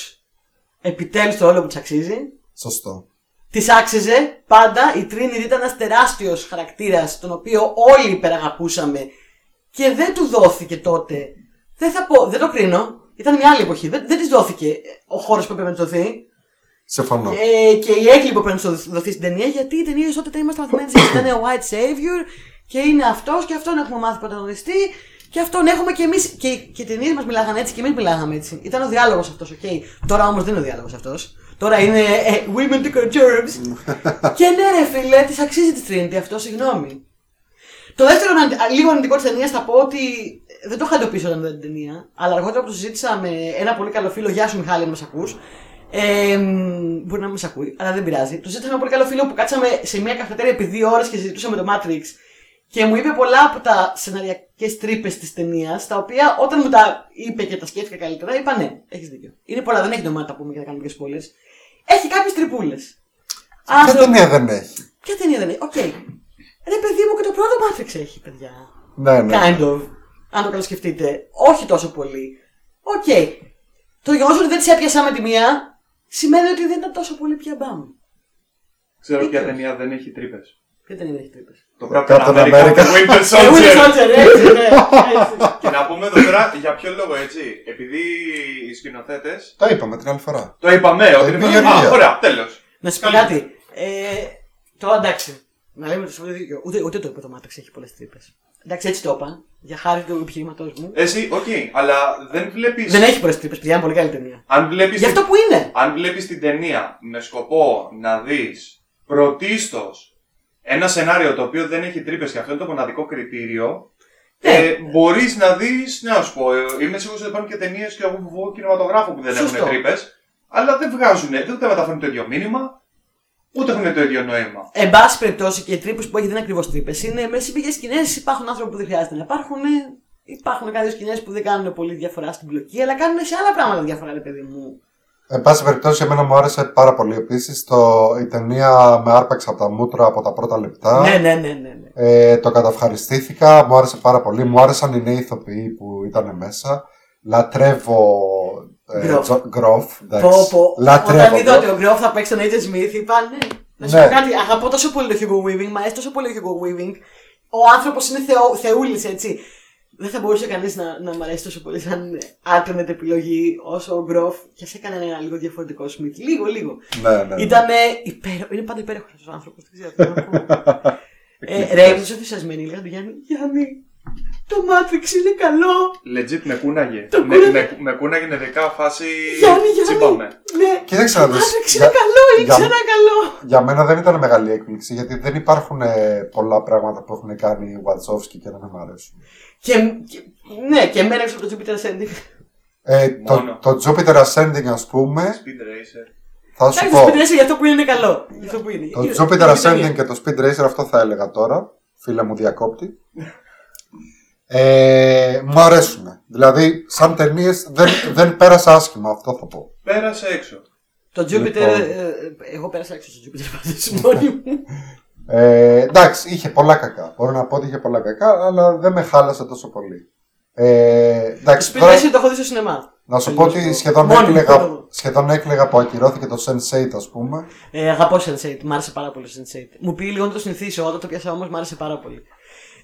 S1: επιτέλους το όλο που της αξίζει.
S2: σωστό.
S1: Της άξιζε πάντα. Η Trinity ήταν ένας τεράστιος χαρακτήρας, τον οποίο όλοι υπεραγαπούσαμε και δεν του δόθηκε τότε. Δεν θα πω, δεν το κρίνω. Ήταν μια άλλη εποχή. Δεν, δεν της δόθηκε ο χώρος που έπρεπε να της δοθεί.
S2: Συμφωνώ.
S1: Ε, και η έγκλη που πρέπει να σου δοθεί στην ταινία, γιατί η ταινία τότε είμαστε μαθημένοι ότι ήταν ο White Savior και είναι αυτός και αυτόν έχουμε μάθει πρωταγωνιστή και αυτόν έχουμε και εμείς. Και, και οι ταινίες μας μιλάγανε έτσι και εμείς μιλάγαμε έτσι. Ήταν ο διάλογος αυτός, οκ. Τώρα όμως δεν είναι ο διάλογος αυτός. Τώρα είναι ε, Women to Conserves. και ναι, ρε φίλε, της αξίζει τη Trinity αυτό, συγγνώμη. Το δεύτερο ανα- λίγο αρνητικό της ταινίας θα πω ότι ε, δεν το είχα εντοπίσει όταν είδα την ταινία, αλλά αργότερα που το συζήτησα με ένα πολύ καλό φίλο, Γεια σου Μιχάλη, αν μας ακούς. Ε, μ, μπορεί να μην μας ακούει, αλλά δεν πειράζει. Το συζήτησα με ένα πολύ καλό φίλο που κάτσαμε σε μια καφετέρια επί δύο ώρες και συζητούσαμε το Matrix. Και μου είπε πολλά από τα σεναριακέ τρύπε της ταινίας, τα οποία όταν μου τα είπε και τα σκέφτηκα καλύτερα, είπα ναι, έχεις δίκιο. Είναι πολλά, δεν έχει νόημα να τα πούμε και να κάνουμε και σπόλε. Έχει κάποιες τρυπούλες.
S2: Ποια ταινία δεν έχει.
S1: Ποια ταινία δεν έχει, οκ. Ρε παιδί μου και το πρώτο Matrix έχει, παιδιά.
S2: Ναι, ναι.
S1: Kind of. Αν το καλοσκεφτείτε. Όχι τόσο πολύ. Οκ. Το γεγονός ότι δεν τις έπιασα με τη μία σημαίνει ότι δεν ήταν τόσο πολύ πια μπαμ.
S3: Ξέρω ποια
S1: Δίκαιος.
S3: ταινία δεν έχει τρύπες.
S1: Δεν ήταν η τρύπες.
S3: Το
S2: Το
S3: Captain
S2: Captain
S3: America
S2: America.
S1: Ε,
S3: του Winter
S1: Εγώ είναι
S3: Soldier.
S1: Soldier, έτσι, ναι. έτσι. Και
S3: Να πούμε εδώ πέρα για ποιο λόγο έτσι. Επειδή οι σκηνοθέτες.
S2: Τα είπαμε την άλλη φορά.
S3: Το είπαμε, ότι.
S2: είναι η
S3: Α,
S2: Γεωργία.
S3: ωραία, τέλος.
S1: Να σου πω κάτι. Ε, τώρα εντάξει. Να λέμε το σοβαρό δίκιο. Ούτε, ούτε το είπε το Μάταξ έχει πολλές τρύπες. Εντάξει, έτσι το είπα. Για χάρη του επιχειρήματός μου.
S3: Εσύ, οκ, αλλά δεν βλέπεις.
S1: Δεν έχει πολλές τρύπες, παιδιά, είναι πολύ καλή ταινία.
S3: Αν βλέπεις
S1: Γι' αυτό που είναι.
S3: αν βλέπεις την ταινία με σκοπό να δεις πρωτίστως ένα σενάριο το οποίο δεν έχει τρύπες και αυτό είναι το μοναδικό κριτήριο,
S1: Ναι.
S3: ε, μπορείς να δεις, ναι, να σου πω, ε, είμαι σίγουρος ότι υπάρχουν και ταινίες και εγώ που βγω κινηματογράφο που δεν
S1: Σωστό.
S3: έχουν τρύπες, αλλά δεν βγάζουν, δεν ούτε μεταφέρουν το ίδιο μήνυμα, ούτε έχουν το ίδιο νόημα.
S1: Εν πάση περιπτώσει και οι τρύπες που έχει δεν είναι ακριβώς τρύπες. Είναι μέσα σε πηγέ σκηνές. Υπάρχουν άνθρωποι που δεν χρειάζεται να υπάρχουν. Υπάρχουν κάποιες σκηνές που δεν κάνουν πολύ διαφορά στην πλοκή, αλλά κάνουν σε άλλα πράγματα διαφορά, ρε παιδί μου.
S2: Εν πάση περιπτώσει, εμένα μου άρεσε πάρα πολύ. Επίσης, η ταινία με άρπαξε από τα μούτρα από τα πρώτα λεπτά.
S1: Ναι, ναι, ναι, ναι. ναι.
S2: Ε, το καταυχαριστήθηκα, μου άρεσε πάρα πολύ. Μου άρεσαν οι νέοι ηθοποιοί που ήταν μέσα. Λατρεύω. Ε,
S1: Γκροφ.
S2: Τζο- Γκροφ. εντάξει.
S1: Πω, πω. Όταν
S2: Λατρεύω.
S1: είδα ότι
S2: Γκροφ.
S1: ο Γκρόφ θα παίξει τον Agent Smith, είπα ναι. Να σου
S2: Ναι.
S1: πω κάτι, αγαπώ τόσο πολύ το Hugo Weaving, μου αρέσει τόσο πολύ το Hugo Weaving. Ο άνθρωπος είναι θεό, θεούλης, έτσι. Δεν θα μπορούσε κανείς να, να μ' αρέσει τόσο πολύ σαν alternate επιλογή όσο ο Γκρόφ. Και α έκανε ένα λίγο διαφορετικό Smith. Λίγο, λίγο.
S2: Ναι, ναι, ναι.
S1: Ήταν υπέρο... Είναι πάντα υπέροχος ο άνθρωπος. Δεν ξέρω τι να πω. ε, ρε, ήμουν ενθουσιασμένη. Λέγα του Γιάννη, Γιάννη, το Matrix είναι καλό.
S3: Legit με κούναγε.
S1: Το
S3: με,
S1: κούναγε.
S3: με, με κούναγε νερικά φάση
S1: Γιάννη, Γιάννη.
S3: τσιμπάμε.
S1: Ναι,
S2: Κοίταξε
S1: το
S2: να δεις.
S1: Matrix είναι
S2: Για-
S1: καλό,
S2: για-
S1: ήξερα καλό.
S2: Για μένα δεν ήταν μεγάλη έκπληξη γιατί δεν υπάρχουν ε, πολλά πράγματα που έχουν κάνει οι Βατσόφσκι και να μην μ' αρέσουν.
S1: Και, και- ναι, και εμένα έξω από το Jupiter Ascending.
S2: Ε,
S3: Μόνο.
S2: το, το Jupiter Ascending, ας πούμε,
S3: Speed Racer.
S2: θα σου
S1: Εντάξει,
S2: πω.
S1: το Jupiter Ascending για αυτό που είναι είναι καλό. Για αυτό που είναι.
S2: Το
S1: Είναι- είναι
S2: Jupiter
S1: ταινία.
S2: Ascending και το Speed Racer, αυτό θα έλεγα τώρα. Φίλε μου, διακόπτη. Ε, μου αρέσουν. Δηλαδή, σαν ταινίες δεν, δεν πέρασα άσχημα, αυτό θα πω.
S3: Πέρασε έξω.
S1: Το Jupiter.
S2: Λοιπόν.
S1: ε, ε, Εγώ πέρασα έξω στο Jupiter Ascending μόνη μου.
S2: Ε, εντάξει, είχε πολλά κακά. Μπορώ να πω ότι είχε πολλά κακά, αλλά δεν με χάλασε τόσο πολύ. Ε,
S1: Το
S2: εντάξει,
S1: Jupiter
S2: τώρα
S1: Ascending το έχω δει στο σινεμά.
S2: να σου πω ότι
S1: Τελείως.
S2: σχεδόν
S1: Μόνη μου,
S2: έκλαιγα,
S1: μόνη
S2: σχεδόν έκλαιγα που ακυρώθηκε το Sense8, ας πούμε.
S1: Ε, αγαπώ Sense8, μ' άρεσε πάρα πολύ το Sense8. Μου πήγε λίγο να το συνηθίσω, όταν το πιάσα όμως μ' άρεσε πάρα πολύ.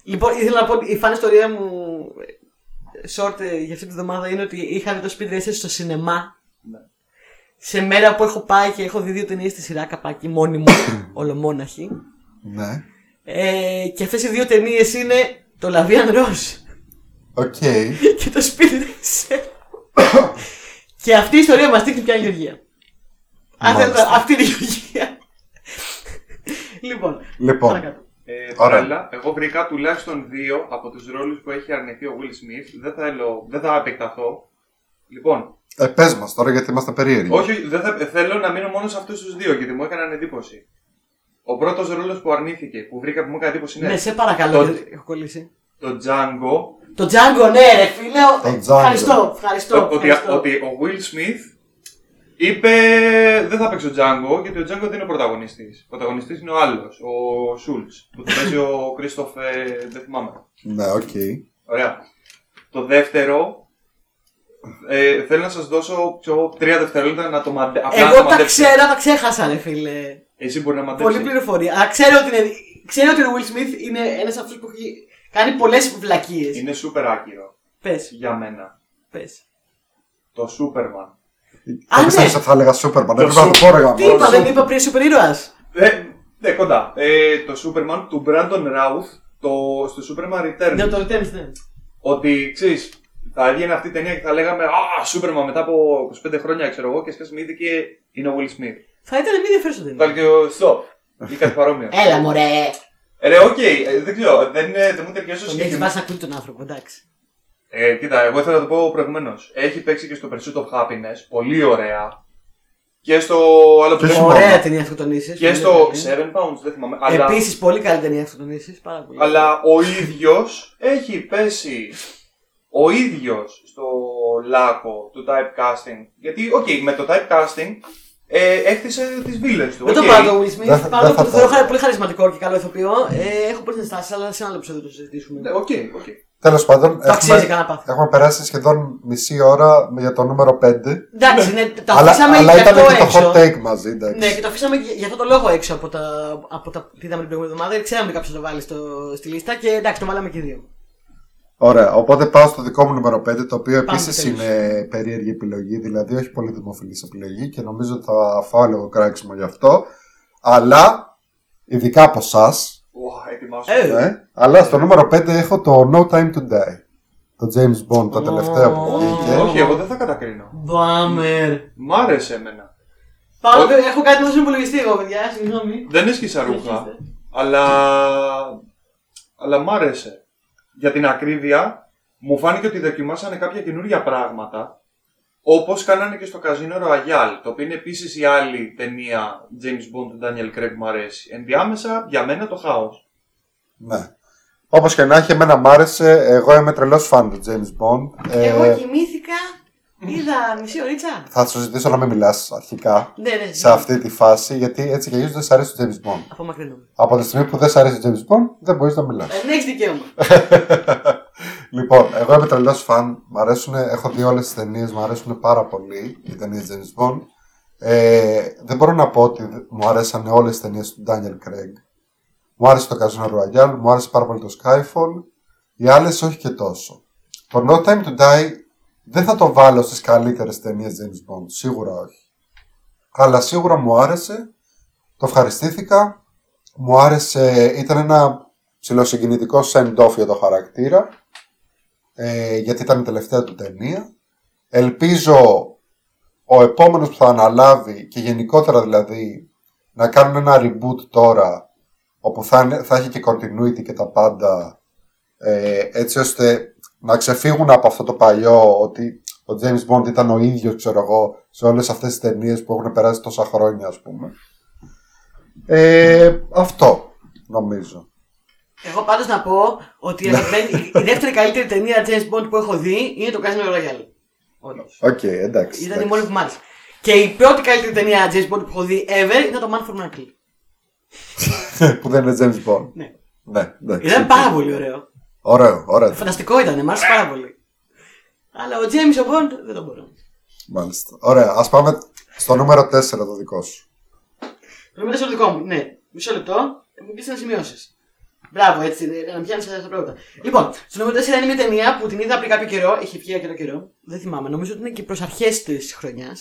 S1: Λοιπόν, ήθελα να πω, η φαν ιστορία μου ε, short ε, για αυτή τη βδομάδα είναι ότι είχα δει το Speed Racer στο σινεμά. Σε μέρα που έχω πάει και έχω δει δύο ταινίες στη σειρά καπάκι μόνη μου, ολομόναχη.
S2: Ναι.
S1: Ε, και αυτές οι δύο ταινίες είναι το Λαβίαν Ροζ
S2: Οκ.
S1: και το Speed Racer. και αυτή η ιστορία μας δείχνει ποια είναι η Γεωργία. Αυτή,
S2: Μάλιστα.
S1: αυτή είναι η Γεωργία. λοιπόν,
S2: Λοιπόν,
S1: παρακάτω.
S3: Ε,
S2: Ωραία.
S3: παράλληλα, εγώ βρήκα τουλάχιστον δύο από τους ρόλους που έχει αρνηθεί ο Will Smith. Δεν θα, ελω- δεν θα επεκταθώ. Λοιπόν,
S2: ε, πες μας τώρα γιατί είμαστε περίεργοι.
S3: όχι, δεν θα, θέλω να μείνω μόνο σε αυτούς τους δύο γιατί μου έκαναν εντύπωση. Ο πρώτος ρόλος που αρνήθηκε, που βρήκα που μου έκανε εντύπωση, είναι
S1: Ναι, σε παρακαλώ,
S3: Το-
S1: έχω κολλήσει.
S3: το Django.
S1: Το Django, ναι, ρε φίλε. ο-
S2: Το Django.
S1: Ευχαριστώ, ευχαριστώ.
S3: το- ότι,
S1: ευχαριστώ.
S3: ότι ο Will Smith είπε δεν θα παίξω Django γιατί ο Django δεν είναι ο πρωταγωνιστής. Ο πρωταγωνιστής είναι ο άλλος, ο Σούλτς, που το παίζει ο Κρίστοφ, ε, δεν θυμάμαι.
S2: Ναι, οκ.
S3: Ωραία. Το δεύτερο. Ε, θέλω να σας δώσω πιο τρία δευτερόλεπτα να το μαντε... απλά να
S1: Εγώ τα
S3: το μαντέψετε.
S1: ξέρω, τα ξέχασα, ρε φίλε.
S3: Εσύ μπορεί να μαντέψει.
S1: Πολύ πληροφορία. Αλλά ξέρω ότι, είναι, ξέρω ότι ο Will Smith είναι ένας από αυτού που έχει κάνει πολλές βλακίες.
S3: Είναι σούπερ άκυρο
S1: Πες,
S3: για μένα.
S1: πες.
S3: Το Σούπερμαν.
S1: Α,
S2: Δεν
S1: ναι.
S2: ξέρεις ότι θα έλεγα Superman,
S3: Το
S2: έπρεπε να το πω ρε
S1: Τι
S2: γαμώ.
S1: είπα, δεν είπα πριν σούπερ ήρωα.
S3: Ε, ναι, κοντά. Ε, το Σούπερμαν του Brandon Routh το, στο Σούπερμαν Return.
S1: Ναι, το Returns, ναι.
S3: Ότι ξέρεις, θα έβγαινε αυτή η ταινία και θα λέγαμε Α, Σούπερμαν μετά από 25 χρόνια, ξέρω εγώ, και σκέψαμε ήδη και είναι ο Will Smith.
S1: Θα ήταν μη ενδιαφέρουσα
S3: Θα
S1: ταινία.
S3: έλεγε ο Stop. Ή κάτι παρόμοιο.
S1: Έλα, μωρέ.
S3: Ρε, οκ, ε, δεν ξέρω, δεν, είναι- δεν μου ταιριάζει ο
S1: Τον έχει βάσει να ακούει τον άνθρωπο, εντάξει.
S3: Ε, κοίτα, εγώ ήθελα να το πω προηγουμένως. Έχει παίξει και στο Pursuit of Happiness, πολύ ωραία. Και στο άλλο
S2: Και
S3: που
S2: στο-
S3: δεν
S1: Ωραία ε. ταινία αυτοκτονήσει.
S3: Και στο Seven Pounds, δεν θυμάμαι. Αλλά,
S1: Επίσης, πολύ καλή ταινία αυτοκτονήσει. Πάρα πολύ.
S3: αλλά ο ίδιος έχει πέσει ο ίδιος στο λάκκο του typecasting. Γιατί, οκ, με το typecasting ε, έκτισε τις βίλες του.
S1: Δεν το
S3: οκ.
S1: πάρω το Will
S2: Δεν
S1: Smith,
S2: θα-
S1: παρόλο
S2: δεν
S1: που
S2: θα
S1: το θεωρώ
S2: πάρω.
S1: χαρι- πολύ χαρισματικό και καλό ηθοποιό. Ε, έχω πολλές ενστάσεις, αλλά σε ένα άλλο επεισόδιο το
S3: Ναι,
S1: συζητήσουμε.
S3: Οκ, οκ.
S2: Τέλος πάντων,
S1: Το αξίζει
S2: έχουμε,
S1: κανένα πάθος.
S2: έχουμε περάσει σχεδόν μισή ώρα για το νούμερο 5.
S1: Εντάξει, ναι, το
S2: Αλλά,
S1: αφήσαμε
S2: αλλά
S1: και
S2: ήταν
S1: αυτό
S2: και το
S1: έξω.
S2: hot take μαζί, εντάξει.
S1: Ναι, και το αφήσαμε και για αυτό το λόγο έξω από τα, από τα που είδαμε την προηγούμενη εβδομάδα. Ξέραμε κάποιο να το βάλει στο, στη λίστα και εντάξει, το βάλαμε και δύο.
S2: Ωραία, οπότε πάω στο δικό μου νούμερο 5, το οποίο επίσης
S1: τέλος.
S2: είναι περίεργη επιλογή, δηλαδή όχι πολύ δημοφιλής επιλογή και νομίζω ότι θα φάω λίγο κράξιμο γι' αυτό. Αλλά, ειδικά από εσά,
S3: Ουα, ετοιμάσου.
S1: Ε,
S2: αλλά στο νούμερο 5 έχω το No Time to Die. Το James Bond, το τελευταίο που
S1: Ω.
S2: βγήκε.
S3: Όχι, εγώ δεν θα κατακρίνω.
S1: Μπάμερ.
S3: Μ' άρεσε εμένα.
S1: Πάω, έχω κάτι να συμπολογιστεί εγώ, παιδιά, συγγνώμη.
S3: Δεν έσκυσα ρούχα, αλλά... αλλά μ' άρεσε. Για την ακρίβεια, μου φάνηκε ότι δοκιμάσανε κάποια καινούργια πράγματα, όπως κάνανε και στο Καζίνο Royale, το οποίο είναι επίσης η άλλη ταινία James Bond του Daniel Craig μου αρέσει. Ενδιάμεσα, για μένα το χάος.
S2: Ναι. Όπως και να έχει, εμένα μ' άρεσε. Εγώ είμαι τρελός φαν του James Bond. Ε,
S1: Εγώ κοιμήθηκα, είδα μισή ωρίτσα.
S2: θα σου ζητήσω να μην μιλάς αρχικά
S1: Ναι, ναι.
S2: σε αυτή τη φάση, γιατί έτσι και αλλιώς δεν σ' αρέσει το James Bond.
S1: Απομακρύνομαι.
S2: Από τη στιγμή που δεν σ' αρέσει ο James Bond, δεν μπορείς να μιλάς.
S1: Ε, Δεν έχει δικαίωμα.
S2: λοιπόν, εγώ είμαι τρελός φαν. Μ' αρέσουν, έχω δει όλες τις ταινίες, μου αρέσουν πάρα πολύ οι ταινίες James Bond. Ε, δεν μπορώ να πω ότι δε- μου αρέσαν όλες τις ταινίες του Daniel Craig. Μου άρεσε το Casino Royale, μου άρεσε πάρα πολύ το Skyfall. Οι άλλες όχι και τόσο. Το No Time to Die δεν θα το βάλω στις καλύτερες ταινίες James Bond. Σίγουρα όχι. Αλλά σίγουρα μου άρεσε. Το ευχαριστήθηκα. Μου άρεσε. Ήταν ένα ψηλοσυγκινητικό send-off για το χαρακτήρα ε, γιατί ήταν η τελευταία του ταινία. Ελπίζω ο επόμενος που θα αναλάβει και γενικότερα δηλαδή να κάνουν ένα reboot τώρα όπου θα, είναι- θα έχει και continuity και τα πάντα ε, έτσι ώστε να ξεφύγουν από αυτό το παλιό ότι ο James Bond ήταν ο ίδιος ξέρω εγώ σε όλες αυτές τις ταινίες που έχουν περάσει τόσα χρόνια ας πούμε. Ε, αυτό νομίζω.
S1: Εγώ πάντως να πω ότι η αγαπημένη-
S2: Ναι.
S1: η δεύτερη καλύτερη ταινία James Bond που έχω δει είναι το Casino Royale. Όντως.
S2: Οκ, εντάξει.
S1: Ήταν η
S2: εντάξει.
S1: μόνη που μ' άρεσε. Και η πρώτη καλύτερη ταινία James Bond που έχω δει ever ήταν το Man from Uncle.
S2: που δεν είναι James Bond.
S1: Ναι.
S2: Ναι, εντάξει.
S1: Ήταν πάρα πολύ ωραίο.
S2: Ωραίο, ωραίο.
S1: Φανταστικό ήταν, μ' άρεσε πάρα πολύ. Αλλά ο James ο Bond δεν τον μπορώ.
S2: Μάλιστα. Ωραία, ας πάμε στο νούμερο 4 το δικό σου.
S1: Το νούμερο στο δικό μου, ναι. Μισό λεπτό, μου πεις να σημειώσεις. Μπράβο, έτσι, ναι, να πιάνεις αυτά τα πράγματα. Λοιπόν, στο νούμερο 4 είναι μια ταινία που την είδα πριν κάποιο καιρό, έχει βγει αρκετό καιρό. Δεν θυμάμαι, νομίζω ότι είναι και προς αρχές της χρονιάς.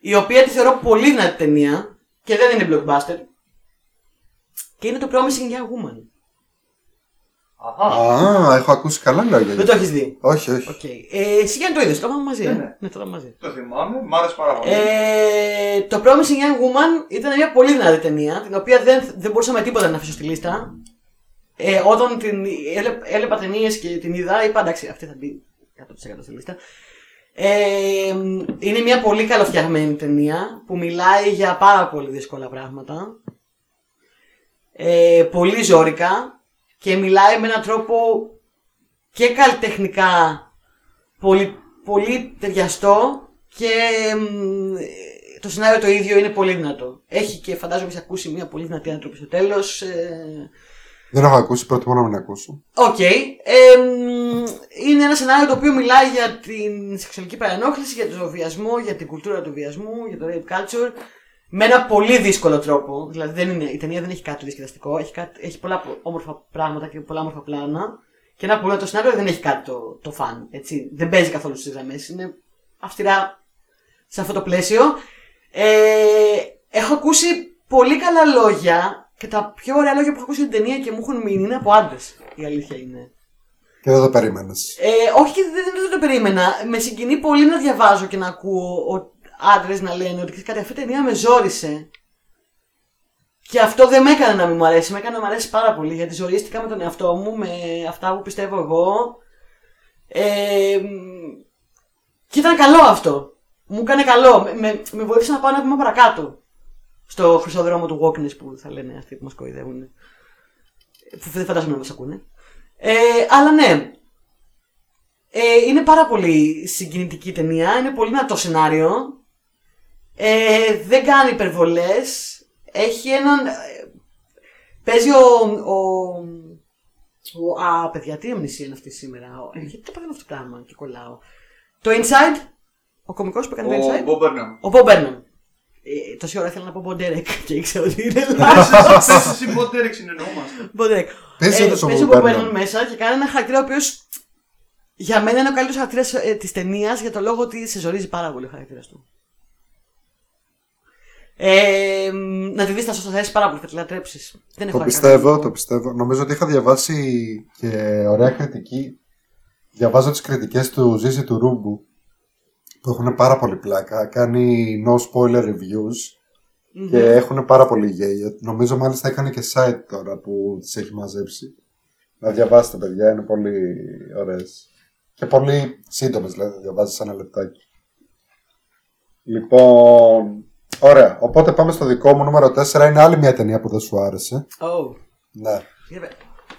S1: Η οποία τη θεωρώ πολύ δυνατή ταινία και δεν είναι blockbuster. Και είναι το Promising Young Woman.
S3: Αχα.
S2: Α, έχω ακούσει καλά λόγια.
S1: Δεν το έχεις δει.
S2: Όχι, όχι.
S1: Οκ. Ε, εσύ Γιάννη, το είδες, το πάμε μαζί.
S3: Ναι,
S1: ε.
S3: ναι.
S1: Ναι, το πάμε μαζί.
S3: Το θυμάμαι, μ' άρεσε πάρα πολύ.
S1: Ε, το Promising Young Woman ήταν μια πολύ δυνατή ταινία, την οποία δεν, δεν μπορούσα με τίποτα να αφήσω στη λίστα. Ε, όταν την έλε- έλεπα ταινίες και την είδα, είπα εντάξει, αυτή θα μπει 100% στη λίστα. Ε, είναι μια πολύ καλοφτιαγμένη ταινία που μιλάει για πάρα πολύ δύσκολα πράγματα. Ε, πολύ ζώρικα και μιλάει με έναν τρόπο και καλλιτεχνικά πολύ, πολύ ταιριαστό και μ, το σενάριο το ίδιο είναι πολύ δυνατό. Έχει και φαντάζομαι έχει ακούσει μια πολύ δυνατή άνθρωπο στο τέλος. Ε,
S2: Δεν έχω ακούσει, προτιμώ να μην ακούσω.
S1: Οκ. Ε, μ, είναι ένα σενάριο το οποίο μιλάει για την σεξουαλική παρενόχληση, για τον βιασμό, για την κουλτούρα του βιασμού, για το rape culture. Με ένα πολύ δύσκολο τρόπο. Δηλαδή δεν είναι, η ταινία δεν έχει κάτι διασκεδαστικό. Έχει, κάτι, έχει πολλά όμορφα πράγματα και πολλά όμορφα πλάνα. Και ένα πολύ το σενάριο δεν έχει κάτι το, το φαν. Έτσι. Δεν παίζει καθόλου στις γραμμές. Είναι αυστηρά σε αυτό το πλαίσιο. Ε, έχω ακούσει πολύ καλά λόγια και τα πιο ωραία λόγια που έχω ακούσει στην ταινία και μου έχουν μείνει είναι από άντρες. Η αλήθεια είναι.
S2: Και δεν το περίμενες.
S1: Ε, όχι, και δεν, δεν, δεν το περίμενα. Με συγκινεί πολύ να διαβάζω και να ακούω ο- άντρες να λένε ότι «Ξέρεις κάτι αυτή η ταινία με ζόρισε. Και αυτό δεν με έκανε να μην μου αρέσει. Με έκανε να μου αρέσει πάρα πολύ γιατί ζορίστηκα με τον εαυτό μου, με αυτά που πιστεύω εγώ. Ε, μ, και ήταν καλό αυτό. Μου έκανε καλό. Με, με, με βοήθησε να πάω ένα βήμα παρακάτω. Στο χρυσό δρόμο του Walkness που θα λένε αυτοί που μας κοροϊδεύουν. Που δεν φαντάζομαι να μας ακούνε. Ε, αλλά ναι, ε, είναι πάρα πολύ συγκινητική ταινία. Είναι πολύ δυνατό σενάριο. Ε, δεν κάνει υπερβολές. Έχει έναν... ε, Παίζει ο... ο, ο α, παιδιά, τι αμνησία είναι αυτή σήμερα. Ο- ε, Γιατί το πάθαμε αυτό το πράγμα και κολλάω. Το Inside, ο κομικός που έκανε το
S3: Ο
S1: Inside.
S3: Μπομπέρναμ.
S1: Ο Bob Burnham. Ε, τόση ώρα ήθελα να πω Μποντέρεκ και ήξερα ότι είναι λάθο.
S3: Πες εσύ ποτέ ρε συνεννοούμαστε.
S1: Μποντέρεκ. Ε,
S2: Πες όντως ο
S1: πες ο
S2: Μπομπέρναν.
S1: Μπομπέρναν μέσα και κάνει ένα χαρακτήρα ο οποίος για μένα είναι ο καλύτερος χαρακτήρας ε, της ταινίας για το λόγο ότι σε ζορίζει πάρα πολύ ο χαρακτήρας του. Ε, μ, να τη δεις, θα σου αρέσει πάρα πολύ, θα τη λατρέψεις. Δεν έχω
S2: Το
S1: άλλη
S2: πιστεύω,
S1: κανένα.
S2: το πιστεύω. Νομίζω ότι είχα διαβάσει και ωραία κριτική. Διαβάζω τις κριτικές του Ζήση του Ρούμπου που έχουν πάρα πολύ πλάκα. Κάνει no spoiler reviews
S1: Μμμ.
S2: και έχουν πάρα πολύ γέλια. Νομίζω μάλιστα έκανε και site τώρα που τις έχει μαζέψει. Να διαβάσετε παιδιά, είναι πολύ ωραίες. Και πολύ σύντομες δηλαδή, να διαβάζεις ένα λεπτάκι. Λοιπόν, ωραία. Οπότε πάμε στο δικό μου νούμερο 4. Είναι άλλη μια ταινία που δεν σου άρεσε.
S1: Ω,
S2: Ναι.
S1: για πε-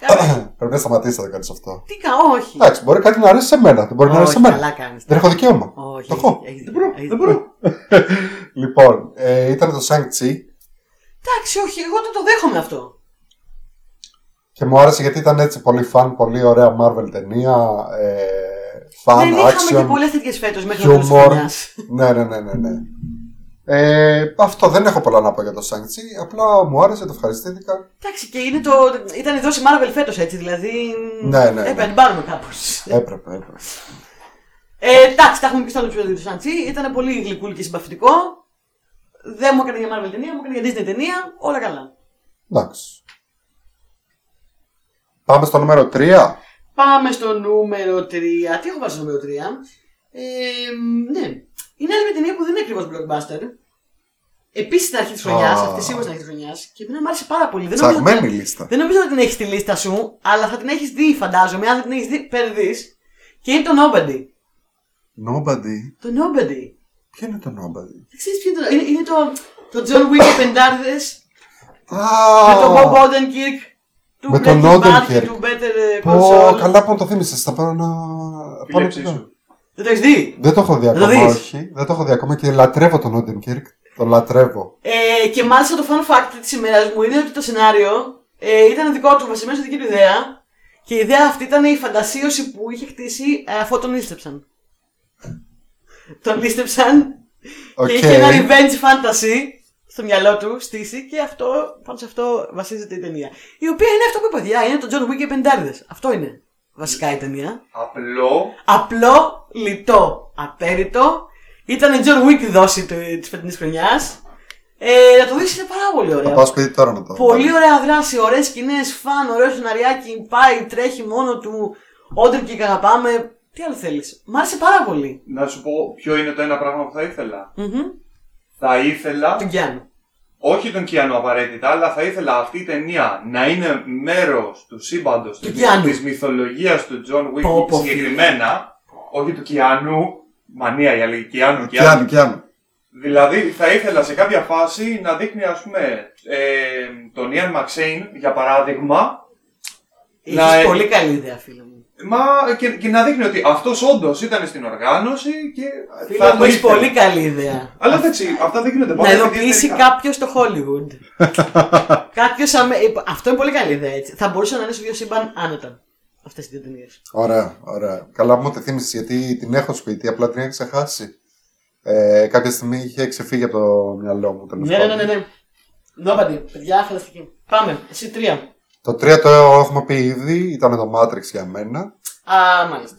S1: Καλά,
S2: Πρέπει να σταματήσεις να κάνεις αυτό.
S1: Τι κα, όχι.
S2: Εντάξει, μπορεί κάτι να αρέσει σε μένα. Δεν μπορεί να αρέσει σε
S1: Όχι,
S2: μένα.
S1: καλά κάνεις.
S2: Δεν έχω δικαίωμα.
S1: Όχι,
S2: Το έχω.
S1: έχεις
S3: Δεν
S1: δίκιο,
S3: μπορώ,
S1: έχεις
S3: δεν
S1: δίκιο.
S3: μπορώ.
S2: Λοιπόν, ε, ήταν το Shang Chi
S1: Εντάξει, όχι, εγώ δεν το δέχομαι αυτό.
S2: και μου άρεσε γιατί ήταν έτσι πολύ φαν, πολύ ωραία Marvel ταινία. Ε, φαν,
S1: δεν Ναι, είχαμε
S2: action.
S1: και πολλές τέτοιες φέτος μέχρι το τέλο τη
S2: Χιούμορ.
S1: χρονιά.
S2: Ναι, ναι, ναι, ναι. ναι. Ε, αυτό δεν έχω πολλά να πω για το Shang Chi. Απλά μου άρεσε, το ευχαριστήθηκα.
S1: Εντάξει, και είναι το... ήταν η δόση Marvel φέτος έτσι, δηλαδή.
S2: Ναι, ναι, ναι.
S1: Έπρεπε να την πάρουμε κάπως.
S2: Έπρεπε, έπρεπε.
S1: Ε, εντάξει, τα έχουμε πει στο άλλο επεισόδιο του Σαντσί. Ήταν πολύ γλυκούλ και συμπαθητικό. Δεν μου έκανε για Marvel ταινία, μου έκανε για Disney ταινία. Όλα καλά.
S2: Εντάξει. Πάμε στο νούμερο 3.
S1: Πάμε στο νούμερο 3. Τι έχω βάλει στο νούμερο 3. Ε, ναι. Είναι άλλη μια ταινία που δεν είναι ακριβώς blockbuster. Επίσης στην αρχή της χρονιάς,
S2: Α.
S1: αυτή σίγουρα στην αρχή της χρονιάς. Και εμένα μου άρεσε πάρα πολύ. Δεν νομίζω ότι-
S2: Ψαγμένη λίστα.
S1: Δεν νομίζω ότι την έχεις στη λίστα σου, αλλά θα την έχεις δει, φαντάζομαι. Αν δεν την έχεις δει, περδεί. Και είναι το Nobody.
S2: Nobody.
S1: Το Nobody.
S2: Ποιο είναι το Nobody.
S1: Δεν ξέρεις ποιο είναι το. Είναι, είναι το, το John Wick και πεντάρδες. με
S2: Α!
S1: τον Bob Odenkirk. Του
S2: Με τον
S1: Breaking Bad και
S2: Odenkirk.
S1: Του Better ε,
S2: Πω,
S1: Console.
S2: καλά που μου το θύμισες, θα πάω να... πάω να
S3: Επιλέξεις
S2: το δω.
S3: σου.
S1: Δεν το έχεις δει.
S2: Δεν το έχω δει
S1: το
S2: ακόμα,
S1: δεις.
S2: όχι. Δεν το έχω δει ακόμα και λατρεύω τον Όντιν Κίρκ. Τον λατρεύω.
S1: Ε, και μάλιστα το fun fact της ημέρας μου είναι ότι το σενάριο ε, ήταν δικό του, βασισμένο στη δική του ιδέα. Και η ιδέα αυτή ήταν η φαντασίωση που είχε χτίσει ε, αφού τον λίστεψαν. τον λίστεψαν
S2: Οκ.
S1: και είχε ένα revenge fantasy στο μυαλό του στήσει και αυτό, πάνω σε αυτό βασίζεται η ταινία. Η οποία είναι αυτό που είπα, παιδιά, είναι το John Wick και οι πεντάριδες. Αυτό είναι βασικά η ταινία.
S3: Απλό.
S1: Απλό, λιτό, απέριτο. Ήταν η John Wick δόση της φετινής χρονιάς. Ε, να το δεις είναι πάρα πολύ
S2: Θα
S1: ωραίο.
S2: πάω σπίτι τώρα να το δω.
S1: Πολύ ωραία δράση, ωραίες σκηνές, φαν, ωραίο σεναριάκι. Πάει, τρέχει μόνο του. Όντρικ και αγαπάμε. Τι άλλο θέλεις. Μ' άρεσε πάρα πολύ.
S3: Να σου πω ποιο είναι το ένα πράγμα που θα ήθελα.
S1: Μμμ.
S2: Mm-hmm.
S3: Θα ήθελα
S1: Τον Κιάνου.
S3: Όχι τον Κιάνου απαραίτητα, αλλά θα ήθελα αυτή η ταινία να είναι μέρος του σύμπαντος
S1: Του Κιάνου.
S3: της μυθολογίας του Τζον
S1: Πω, πω,
S3: Wick συγκεκριμένα. Όχι του Κιάνου. Μανία για λίγη. Κιάνου,
S2: Κι αν,
S3: Κιάνου.
S2: κι αν.
S3: Δηλαδή θα ήθελα σε κάποια φάση να δείχνει, ας πούμε, ε, τον Ιαν Μαξέιν για παράδειγμα. Να,
S1: Έχεις
S3: ε,
S1: πολύ καλή ιδέα, φίλε μου.
S3: Μα και, και να δείχνει ότι αυτός όντως ήταν στην οργάνωση και.
S1: Φίλε μου,
S3: το
S1: έχεις
S3: ήθελε.
S1: πολύ καλή ιδέα.
S3: Αλλά εντάξει, αυτά δεν γίνονται
S1: Να
S3: πάντα,
S1: ειδοποιήσει
S3: ιδιαίτερα.
S1: κάποιο το Hollywood. κάποιος. Αμε... ε, Αυτό είναι πολύ καλή ιδέα, έτσι. Θα μπορούσε να είναι στο ίδιο σύμπαν άνετα αυτές οι δύο ταινίες.
S2: Ωραία, ωραία. Καλά που μου τη θύμισες γιατί την έχω σπίτι, απλά την είχα ξεχάσει. Ε, κάποια στιγμή είχε ξεφύγει από το μυαλό μου. τέλος
S1: Ναι, ναι,
S2: πάντων.
S1: ναι, ναι. Νόπαντι, παιδιά, φανταστική. Πάμε, εσύ τρία.
S2: Το 3 το έχουμε πει ήδη, ήταν το Matrix για μένα.
S1: Α, μάλιστα.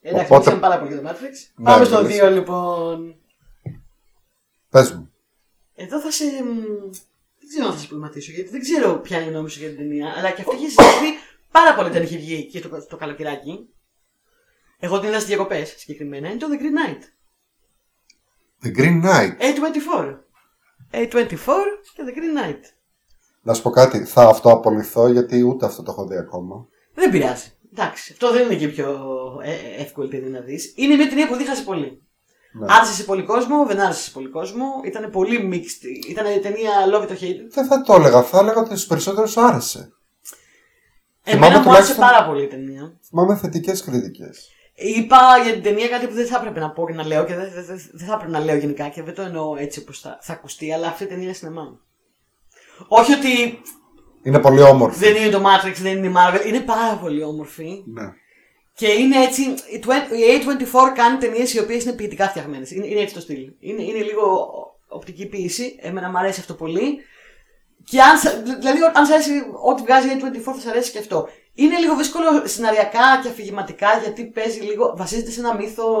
S1: Εντάξει,
S2: Οπότε-
S1: Οπότε... πάρα πολύ το Matrix.
S2: Ναι,
S1: Πάμε στο
S2: ναι,
S1: δύο, λοιπόν.
S2: Πες μου.
S1: Εδώ θα σε. μ, Δεν ξέρω αν θα σε προβληματίσω, γιατί δεν ξέρω ποια είναι η γνώμη σου για την ταινία. Αλλά και αυτή είχε συζητηθεί πάρα πολύ όταν είχε βγει και το, το καλοκαιράκι. Εγώ την είδα στις διακοπές συγκεκριμένα. Είναι το The Green Knight.
S2: The Green Knight.
S1: A24. A24 και The Green Knight.
S2: Να σου πω κάτι, θα αυτό απολυθώ γιατί ούτε αυτό το έχω δει ακόμα.
S1: Δεν πειράζει. Εντάξει, αυτό δεν είναι και η πιο ε, ε, εύκολη ταινία να δεις. Είναι μια ταινία που δίχασε πολύ.
S2: Ναι.
S1: Άρεσε σε πολύ κόσμο, δεν άρεσε σε πολύ κόσμο. Ήταν πολύ mixed. Ήταν η ταινία Love It or Hate It.
S2: Δεν θα το έλεγα, θα έλεγα ότι στους περισσότερους άρεσε. Θυμάμαι
S1: Εμένα μου άρεσε
S2: τουλάχιστον-
S1: πάρα πολύ η ταινία.
S2: Θυμάμαι θετικές κριτικές.
S1: Είπα για την ταινία κάτι που δεν θα έπρεπε να πω και να λέω και δεν δεν- δεν- δεν θα έπρεπε να λέω γενικά και δεν το εννοώ έτσι όπως θα, θα ακουστεί, αλλά αυτή η ταινία είναι σινεμά. Όχι ότι
S2: Είναι πολύ όμορφη.
S1: δεν είναι το Matrix, δεν είναι η Marvel, είναι πάρα πολύ όμορφη
S2: Ναι.
S1: και είναι έτσι, η twen- η A24 κάνει ταινίες οι οποίες είναι ποιητικά φτιαγμένες, είναι, είναι έτσι το στυλ. Είναι, είναι λίγο οπτική ποιήση. Εμένα μου αρέσει αυτό πολύ. Και αν, σ' α- δηλαδή, αν σ' αρέσει ό,τι βγάζει η 24, θα σ' αρέσει και αυτό. Είναι λίγο δύσκολο σεναριακά και αφηγηματικά γιατί παίζει λίγο. βασίζεται σε ένα μύθο.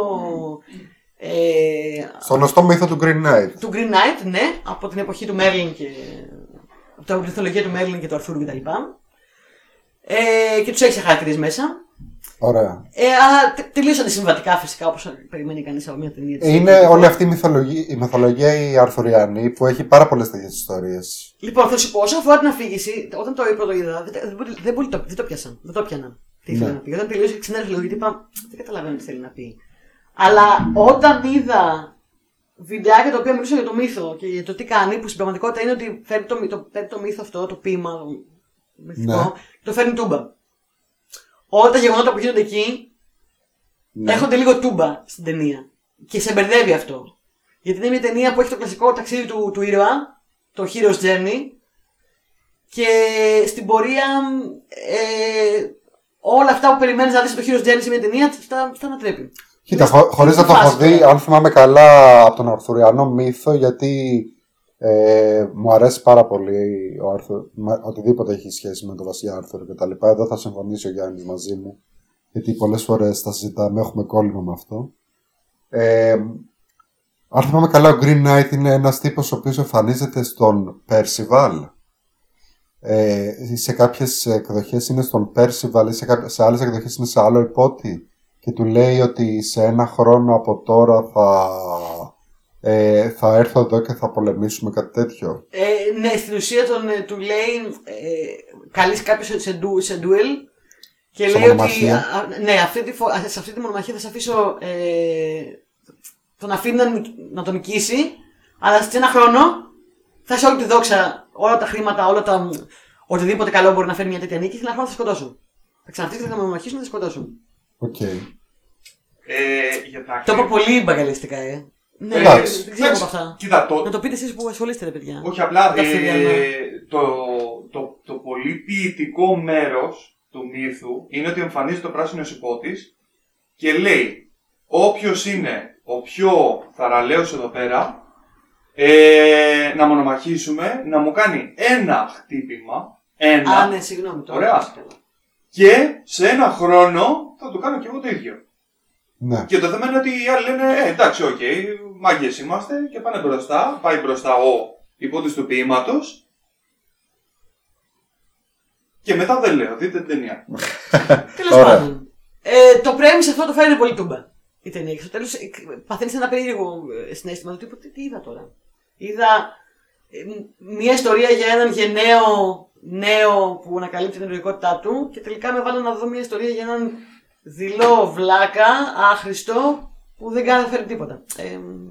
S1: Ε,
S2: Στο γνωστό μύθο του Green Knight.
S1: του Green Knight, ναι, από την εποχή του Μέρλιν και. από την μυθολογία του Μέρλιν και του Αρθούρου κτλ. Ε, και τους έχει χαρακτηρίε μέσα.
S2: Ωραία.
S1: Ε, αλλά τε, τελείωσαν συμβατικά φυσικά όπως περιμένει κανείς από μια ταινία. της.
S2: Ε, Είναι όλη αυτή η μυθολογία, η, μυθολογία η αρθουριανή που έχει πάρα πολλές τέτοιες ιστορίες.
S1: Λοιπόν, θα σου πω, όσον αφορά την αφήγηση, όταν το είπα το είδα, δεν, δεν, μπορεί- δεν, μπορεί- το- δεν το πιάσαν. Δεν το πιάναν. Τι ήθελε
S2: Ναι.
S1: να πει. Όταν τελείωσε, ξενέρχομαι γιατί είπα, δεν καταλαβαίνω τι θέλει να πει. Αλλά όταν είδα βιντεάκια τα οποία μιλούσαν για το μύθο και για το τι κάνει, που στην πραγματικότητα είναι ότι φέρνει το, μυ- το, παίρνει το μύθο αυτό, το ποίημα, το μυθικό,
S2: Ναι.
S1: και το φέρνει τούμπα. Όλα τα γεγονότα που γίνονται εκεί
S2: Ναι.
S1: Έρχονται λίγο τούμπα στην ταινία. Και σε μπερδεύει αυτό. Γιατί είναι μια ταινία που έχει το κλασικό ταξίδι του, του ήρωα, το Hero's Journey. Και στην πορεία ε, όλα αυτά που περιμένεις να δεις στο Hero's Journey σε μια ταινία, τα, τα ανατρέπει.
S2: Κοίτα, χω, χωρίς να το
S1: φάση
S2: έχω δει,
S1: τώρα.
S2: αν θυμάμαι καλά από τον Αρθουριανό μύθο, γιατί ε, μου αρέσει πάρα πολύ ο Άρθουρ, μα- οτιδήποτε έχει σχέση με τον Βασιλιά Άρθουρ κτλ. Εδώ θα συμφωνήσει ο Γιάννης μαζί μου, γιατί πολλές φορές τα συζητάμε, έχουμε κόλλημα με αυτό. Ε, αν θυμάμαι καλά, ο Green Knight είναι ένας τύπος ο οποίος εμφανίζεται στον Percival. Ε, σε κάποιες εκδοχές είναι στον Percival ή σε, κάποιες, σε άλλες εκδοχές είναι σε άλλο υπότι και του λέει ότι σε ένα χρόνο από τώρα θα, ε, θα έρθω εδώ και θα πολεμήσουμε κάτι τέτοιο.
S1: Ε, ναι, στην ουσία τον, ε, του λέει, ε, καλείς κάποιο σε, ντου, σε duel και
S2: Σε
S1: λέει ότι
S2: μονομαχία.
S1: α, α, ναι, αυτή τη, φο- α, σε αυτή τη μονομαχία θα σε αφήσω, ε, τον αφήνει να, νικ- να τον νικήσει, αλλά σε ένα χρόνο θα είσαι όλη τη δόξα, όλα τα χρήματα, όλα τα, οτιδήποτε καλό μπορεί να φέρει μια τέτοια νίκη, σε ένα χρόνο θα σε σκοτώσουν. Θα ξαναρθείς, θα με μονομαχήσουν, θα σε σκοτώσουν.
S2: Οκ.
S3: Ε, για τα
S1: Το
S3: ακρι-
S1: είπα πολύ μπαγκαλιστικά, ε. Ναι,
S2: Εντάξει.
S1: δεν ξέρω από αυτά.
S3: Κοίτα,
S1: Να
S3: το,
S1: το πείτε εσείς που ασχολείστε, ρε παιδιά.
S3: όχι απλά
S1: Τα ναι.
S3: ε,
S1: αυστηριανά.
S3: το, το, το πολύ ποιητικό μέρος του μύθου είναι ότι εμφανίζεται ο πράσινος υπότης και λέει όποιος είναι ο πιο θαραλέος εδώ πέρα ε, να μονομαχήσουμε, να μου κάνει ένα χτύπημα, ένα,
S1: Α, ναι, συγγνώμη. το
S3: Ωραία.
S1: άκουσα καλά.
S3: και σε ένα χρόνο θα του κάνω και εγώ το ίδιο.
S2: Ναι.
S3: Και το θέμα είναι ότι οι άλλοι λένε, ε, εντάξει, οκ, μάγκες είμαστε και πάνε μπροστά. Πάει μπροστά ο υπότης του ποίηματος. Και μετά δεν λέω, δείτε την ταινία.
S1: Τέλος
S2: Ωραία.
S1: πάντων. Ε, το premise αυτό το φέρνει πολύ τούμπα η ταινία. Και στο τέλος παθαίνεις ένα περίεργο ε, συνέστημα του τύπου. Τι, τι είδα τώρα. Είδα ε, μ- μια ιστορία για έναν γενναίο νέο που ανακαλύπτει την ερωτικότητά του και τελικά με βάλανε να δω μια ιστορία για έναν δειλό βλάκα, άχρηστο, που δεν κάνει να φέρει τίποτα. Ε, μ,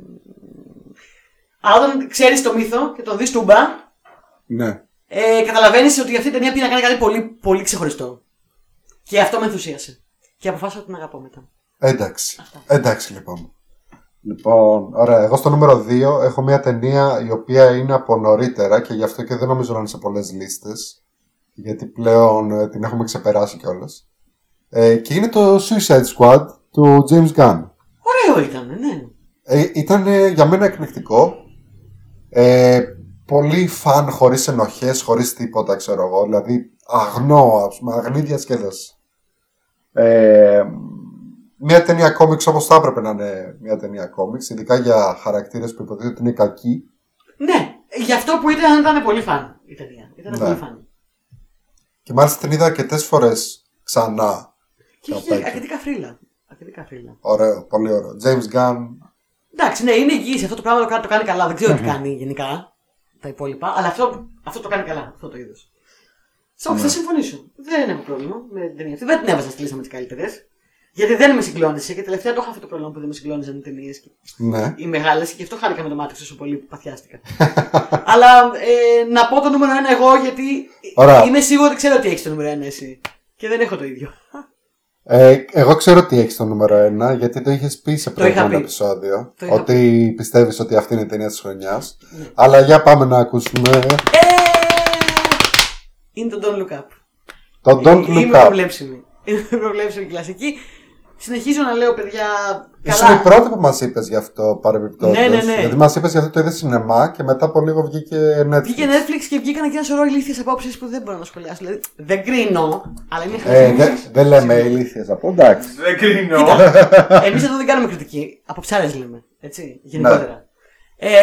S1: αλλά όταν ξέρεις το μύθο και τον δεις τούμπα,
S2: ναι.
S1: ε, Καταλαβαίνεις ότι αυτή η ταινία πήγε να κάνει κάτι πολύ, πολύ ξεχωριστό. Και αυτό με ενθουσίασε. Και αποφάσισα ότι την αγαπώ μετά.
S2: Εντάξει.
S1: Αυτά.
S2: Εντάξει λοιπόν. Λοιπόν, ωραία. Εγώ στο νούμερο 2 έχω μια ταινία η οποία είναι από νωρίτερα και γι' αυτό και δεν νομίζω να είναι σε πολλές λίστες. Γιατί πλέον ε, την έχουμε ξεπεράσει κιόλας. Ε, και είναι το Suicide Squad του James Gunn.
S1: Ωραίο ήταν, ναι.
S2: Ε, ήταν ε, για μένα εκπληκτικό. Ε, πολύ φαν χωρίς ενοχές, χωρίς τίποτα ξέρω εγώ. Δηλαδή αγνό, ας πούμε, αγνή διασκέδαση. Ε, μια ταινία κόμιξ όπως θα έπρεπε να είναι μια ταινία κόμιξ, ειδικά για χαρακτήρες που υποτίθεται ότι είναι κακοί.
S1: Ναι, γι' αυτό που ήταν, ήταν πολύ φαν η ταινία. Ήταν
S2: Ναι.
S1: πολύ φαν.
S2: Και μάλιστα την είδα αρκετέ φορές ξανά.
S1: Και είχε
S2: Καπάκι.
S1: αρκετικά φρύλα. Αρκετικά φρύλα.
S2: Ωραίο, πολύ ωραίο. James Gunn,
S1: Εντάξει, ναι, είναι εγγύηση. Αυτό το πράγμα το κάνει, το κάνει καλά. Δεν ξέρω
S2: Ναι.
S1: τι κάνει γενικά τα υπόλοιπα. Αλλά αυτό, αυτό το κάνει καλά, αυτό το είδος. Στο
S2: Ναι.
S1: οποίο θα συμφωνήσω. Δεν έχω πρόβλημα με την ταινία αυτή. Δεν την έβαζα στη λίστα με τις καλύτερες. Γιατί δεν με συγκλώνησε και τελευταία το είχα αυτό το πρόβλημα που δεν με συγκλώνησαν οι ταινίες και
S2: ναι.
S1: οι μεγάλες και γι' αυτό χάρηκα με το μάτι τόσο πολύ που παθιάστηκα. Αλλά ε, να πω το νούμερο ένα εγώ γιατί
S2: Ωραία.
S1: είμαι σίγουρη ότι ξέρω ότι έχεις το νούμερο ένα εσύ. Και δεν έχω το ίδιο.
S2: Ε, εγώ ξέρω τι έχεις το νούμερο 1, γιατί το είχες πει σε προηγούμενο
S1: πει.
S2: επεισόδιο.
S1: Το είχα Ναι.
S2: Ότι πιστεύεις ότι αυτή είναι η ταινία της χρονιάς. Αλλά για πάμε να ακούσουμε.
S1: Ε, είναι το Don't Look Up.
S2: Το Don't
S1: είναι Ε,
S2: Look Up.
S1: προβλέψιμη. Είναι προβλέψιμη κλασική. Συνεχίζω να λέω παιδιά.
S2: Ήσουν η πρώτη που μας είπες γι' αυτό παρεμπιπτόντως.
S1: Ναι, ναι, ναι.
S2: Γιατί μας είπες γι' αυτό το είδες σινεμά και μετά από λίγο βγήκε Netflix.
S1: Βγήκε Netflix και βγήκαν και ένα σωρό ηλίθιες απόψεις που δεν μπορώ να σχολιάσω. Δηλαδή, δεν κρίνω, αλλά είναι
S2: Ε,
S1: χρήσιμος.
S2: δεν δεν λέμε ηλίθιες από. Εντάξει.
S3: Δεν κρίνω.
S1: Εμείς εδώ δεν κάνουμε κριτική. Αποψάρε λέμε. Έτσι, γενικότερα. Ε,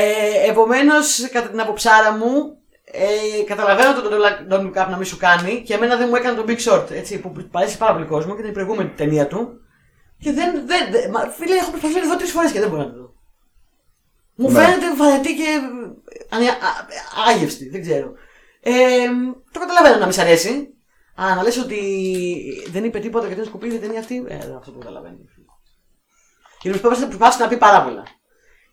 S1: Επομένως, κατά την αποψάρα μου, ε, καταλαβαίνω τον τον- τον Don't Look Up να μην σου κάνει και εμένα δεν μου έκανε τον Big Short. Έτσι, που παρέσει πάρα πολύ κόσμο και ήταν η προηγούμενη ταινία του. Και δεν. δεν, δεν μα, φίλε, έχω προσπαθήσει να το δω τρεις φορές και δεν μπορώ να το δω. Μου
S2: Ναι.
S1: φαίνεται βαρετή και ανε- α- άγευστη, δεν ξέρω. Ε, το καταλαβαίνω να μη σ' αρέσει. Α, να λες ότι δεν είπε τίποτα γιατί είναι σκουπίδι η ταινία αυτή. Ε, δεν αυτό το καταλαβαίνω. Γιατί προσπάθησε, προσπάθησε να πει πάρα πολλά.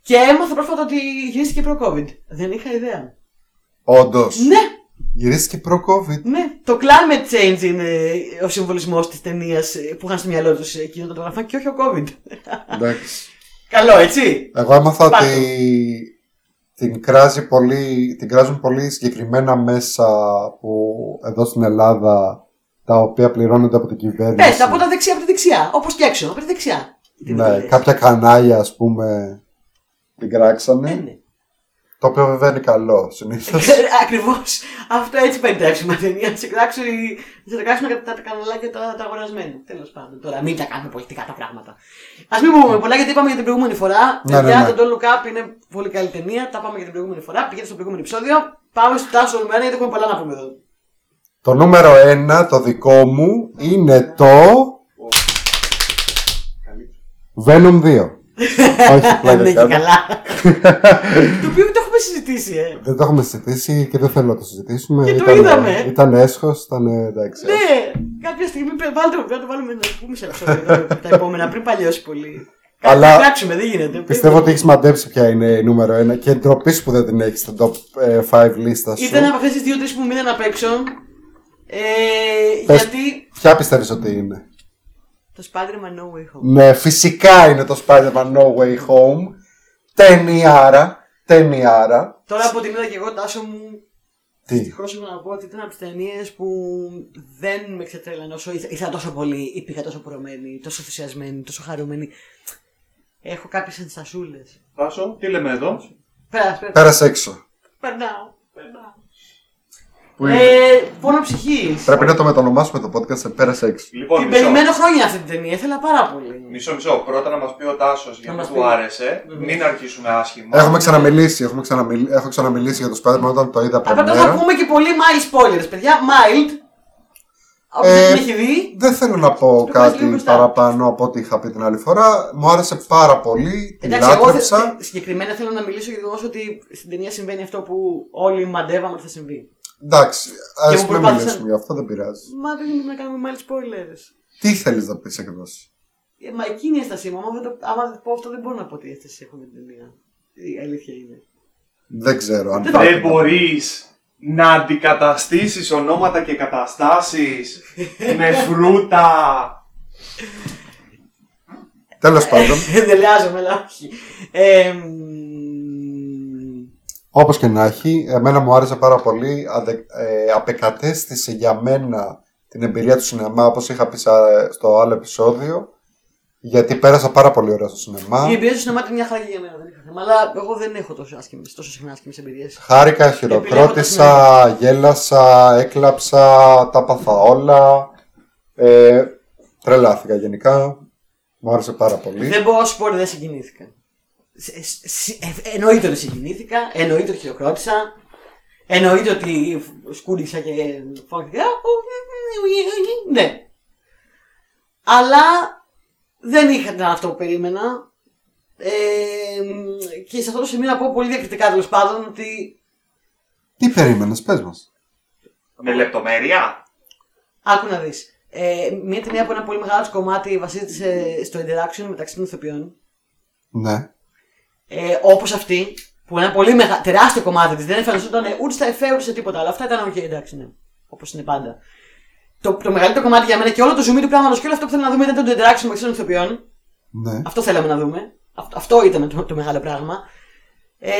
S1: Και έμαθα πρόσφατα ότι γυρίστηκε προ-COVID. Δεν είχα ιδέα.
S2: Όντως.
S1: Ναι,
S2: Γυρίστηκε προ-COVID.
S1: ναι. Το climate change είναι ε, ο συμβολισμός της ταινίας ε, που είχαν στο μυαλό τους εκείνο το γραφάκι και όχι ο COVID.
S2: Εντάξει.
S1: Καλό, έτσι.
S2: Εγώ έμαθα
S1: Πάρ' το.
S2: ότι την, κράζει πολύ, την κράζουν πολύ συγκεκριμένα μέσα που εδώ στην Ελλάδα τα οποία πληρώνονται από την κυβέρνηση.
S1: Πες από τα δεξιά, από τη δεξιά. Όπως και έξω, από τη δεξιά. Τι μου
S2: Ναι,
S1: λες.
S2: κάποια κανάλια ας πούμε την κράξανε.
S1: Ναι, ναι.
S2: Το οποίο βέβαια είναι καλό συνήθως.
S1: Ακριβώς. Αυτό έτσι παίρνει τρέψιμα ταινία. Να σε κράξουν οι- να σε κράξουν τα, τα καναλάκια τα, τα αγορασμένα. Τέλος πάντων. Τώρα μην τα κάνουμε πολιτικά τα πράγματα. Ας μην πούμε πολλά γιατί είπαμε για την προηγούμενη φορά.
S2: Ναι, ναι,
S1: Παιδιά,
S2: ναι.
S1: το Don't Look Up είναι πολύ καλή ταινία. Τα πάμε για την προηγούμενη φορά. Πηγαίνετε στο προηγούμενο επεισόδιο. Πάμε στο τάσο ολμένα γιατί έχουμε πολλά να πούμε εδώ.
S2: το νούμερο 1, το δικό μου, είναι το
S3: Καλύτερα.
S2: Venom 2. Όχι,
S1: Δεν
S2: πλάκα
S1: έχει
S2: κάνω.
S1: καλά. το οποίο το έχουμε συζητήσει, ε.
S2: Δεν το έχουμε συζητήσει και δεν θέλω να το συζητήσουμε.
S1: Και το
S2: Ήταν-
S1: είδαμε.
S2: Ήταν έσχος, ήταν ε, εντάξει.
S1: Ναι, κάποια στιγμή πρέπει να το βάλουμε να πούμε σε αυτό τα επόμενα πριν παλιώσει πολύ.
S2: Αλλά
S1: Αλλά... Κράξουμε, δεν γίνεται.
S2: Πιστεύω ότι έχεις μαντέψει ποια είναι η νούμερο 1 και ντροπή που δεν την έχεις στην top 5 λίστας σου.
S1: Ήταν από αυτές τις δύο-τρει που μείναν απ' έξω. Ε,
S2: Πες.
S1: γιατί.
S2: Ποια πιστεύεις ότι είναι.
S1: Το Spider-Man No Way Home.
S2: Ναι, φυσικά είναι το Spider-Man No Way Home. Ταινιάρα. Ταινιάρα.
S1: Τώρα από την είδα και εγώ, τάσο μου.
S2: Τι.
S1: Ευτυχώ έχω να πω ότι ήταν από τις ταινίες που δεν με ξετρέλανε όσο ήθε- ήθελα τόσο πολύ ή πήγα τόσο πορωμένη, τόσο ενθουσιασμένη, τόσο χαρούμενη. Έχω κάποιες ενστασούλες.
S3: Τάσο, τι λέμε εδώ.
S1: Πέρασε, πέρα,
S2: Πέρασε έξω.
S1: περνάω. περνάω.
S2: Που
S1: Ε, πόνο ψυχής.
S2: Πρέπει να το μετονομάσουμε το podcast σε πέρασε έξω.
S3: Λοιπόν,
S1: Την
S3: μισό.
S1: περιμένω χρόνια αυτή την ταινία, ήθελα πάρα πολύ.
S3: Μισό, μισό. Πρώτα να μας πει ο Τάσος
S1: Να
S3: γιατί
S1: μας
S3: του
S1: πει.
S3: άρεσε.
S1: Βέβαια.
S3: Μην αρχίσουμε
S1: Ε-
S3: άσχημα.
S2: Έχουμε ξαναμιλήσει, έχουμε ξαναμιλ- έχω ξαναμιλήσει για το Spider-Man όταν το είδα
S1: Απλά τώρα θα
S2: πρεμιέρα.
S1: πούμε και πολύ mild spoilers, παιδιά. Mild. Όποιος
S2: Ε,
S1: δεν την έχει δει,
S2: Δεν θέλω να πω
S1: Το πας λίγο
S2: κάτι
S1: μπροστά.
S2: παραπάνω από ό,τι είχα πει την άλλη φορά. Μου άρεσε πάρα πολύ, τη
S1: Εντάξει, εγώ θε-
S2: λάτρεψα.
S1: θε- συγκεκριμένα θέλω να μιλήσω για το γεγονός ότι στην ταινία συμβαίνει αυτό που όλοι μαντεύαμε ότι θα συμβεί.
S2: Εντάξει,
S1: Και
S2: ας
S1: μου
S2: μην
S1: προπάθησαν-
S2: μιλήσουμε γι' αυτό, δεν πειράζει.
S1: Μα δεν είναι να κάνουμε mild spoilers.
S2: Τι θέλεις να πεις ακριβώς.
S1: Ε, Μα εκείνη η αίσθησή μου, άμα δεν, το, άμα δεν πω αυτό, δεν μπορώ να πω τι αίσθηση έχω με την ταινία. Η αλήθεια είναι.
S2: Δεν ξέρω αν υπάρχει
S3: Δεν
S2: να-
S3: μπορείς να αντικαταστήσεις ονόματα και καταστάσεις με φρούτα.
S2: Τέλος πάντων,
S1: Δελεάζομαι, αλλά όχι. Ε, μ,
S2: όπως και να έχει, εμένα μου άρεσε πάρα πολύ. Αντε- ε, απεκατέστησε για μένα την εμπειρία του σινεμά, όπως είχα πει σα- στο άλλο επεισόδιο. Γιατί πέρασα πάρα πολύ ωραία στο σινεμά.
S1: η εμπειρία στο σινεμά ήταν μια χαρά και για μένα, δεν είχα θέμα. Αλλά εγώ δεν έχω τόσο, άσχημες, τόσο συχνά άσχημες εμπειρίες.
S2: Χάρηκα,
S1: Επιλέγω
S2: χειροκρότησα, γέλασα, έκλαψα, τα πάθα όλα. Ε, τρελάθηκα γενικά. Μου άρεσε πάρα πολύ.
S1: Δεν μπορώ να σου πω ότι δεν συγκινήθηκα. Σε- σ- σ- ε- Εννοείται ότι συγκινήθηκα, εννοείται ότι χειροκρότησα, εννοείται ότι σκούρισα και φώνηκα. Ναι. Αλλά δεν είχα την αυτό που περίμενα. Ε, και σε αυτό το σημείο να πω πολύ διακριτικά τέλος πάντων ότι
S2: Τι περίμενες, πες μας.
S3: Με λεπτομέρεια.
S1: άκου να δεις. Ε, μια ταινία που ένα πολύ μεγάλο της κομμάτι βασίζεται σε- στο interaction μεταξύ των ηθοποιών.
S2: Ναι.
S1: ε, όπως αυτή, που ένα πολύ μεγα... τεράστιο κομμάτι της δεν εμφανιζόταν ε, ούτε στα εφέ ούτε σε τίποτα. Αλλά αυτά ήταν οκ, εντάξει, ναι. Όπως είναι πάντα. Το, το μεγαλύτερο κομμάτι για μένα και όλο το zoom του πράγματος και όλο αυτό που θέλω να δούμε ήταν το interaction μεταξύ των ηθοποιών.
S2: Ναι.
S1: Αυτό θέλαμε να δούμε. Αυτό, αυτό ήταν το, το μεγάλο πράγμα. Ε,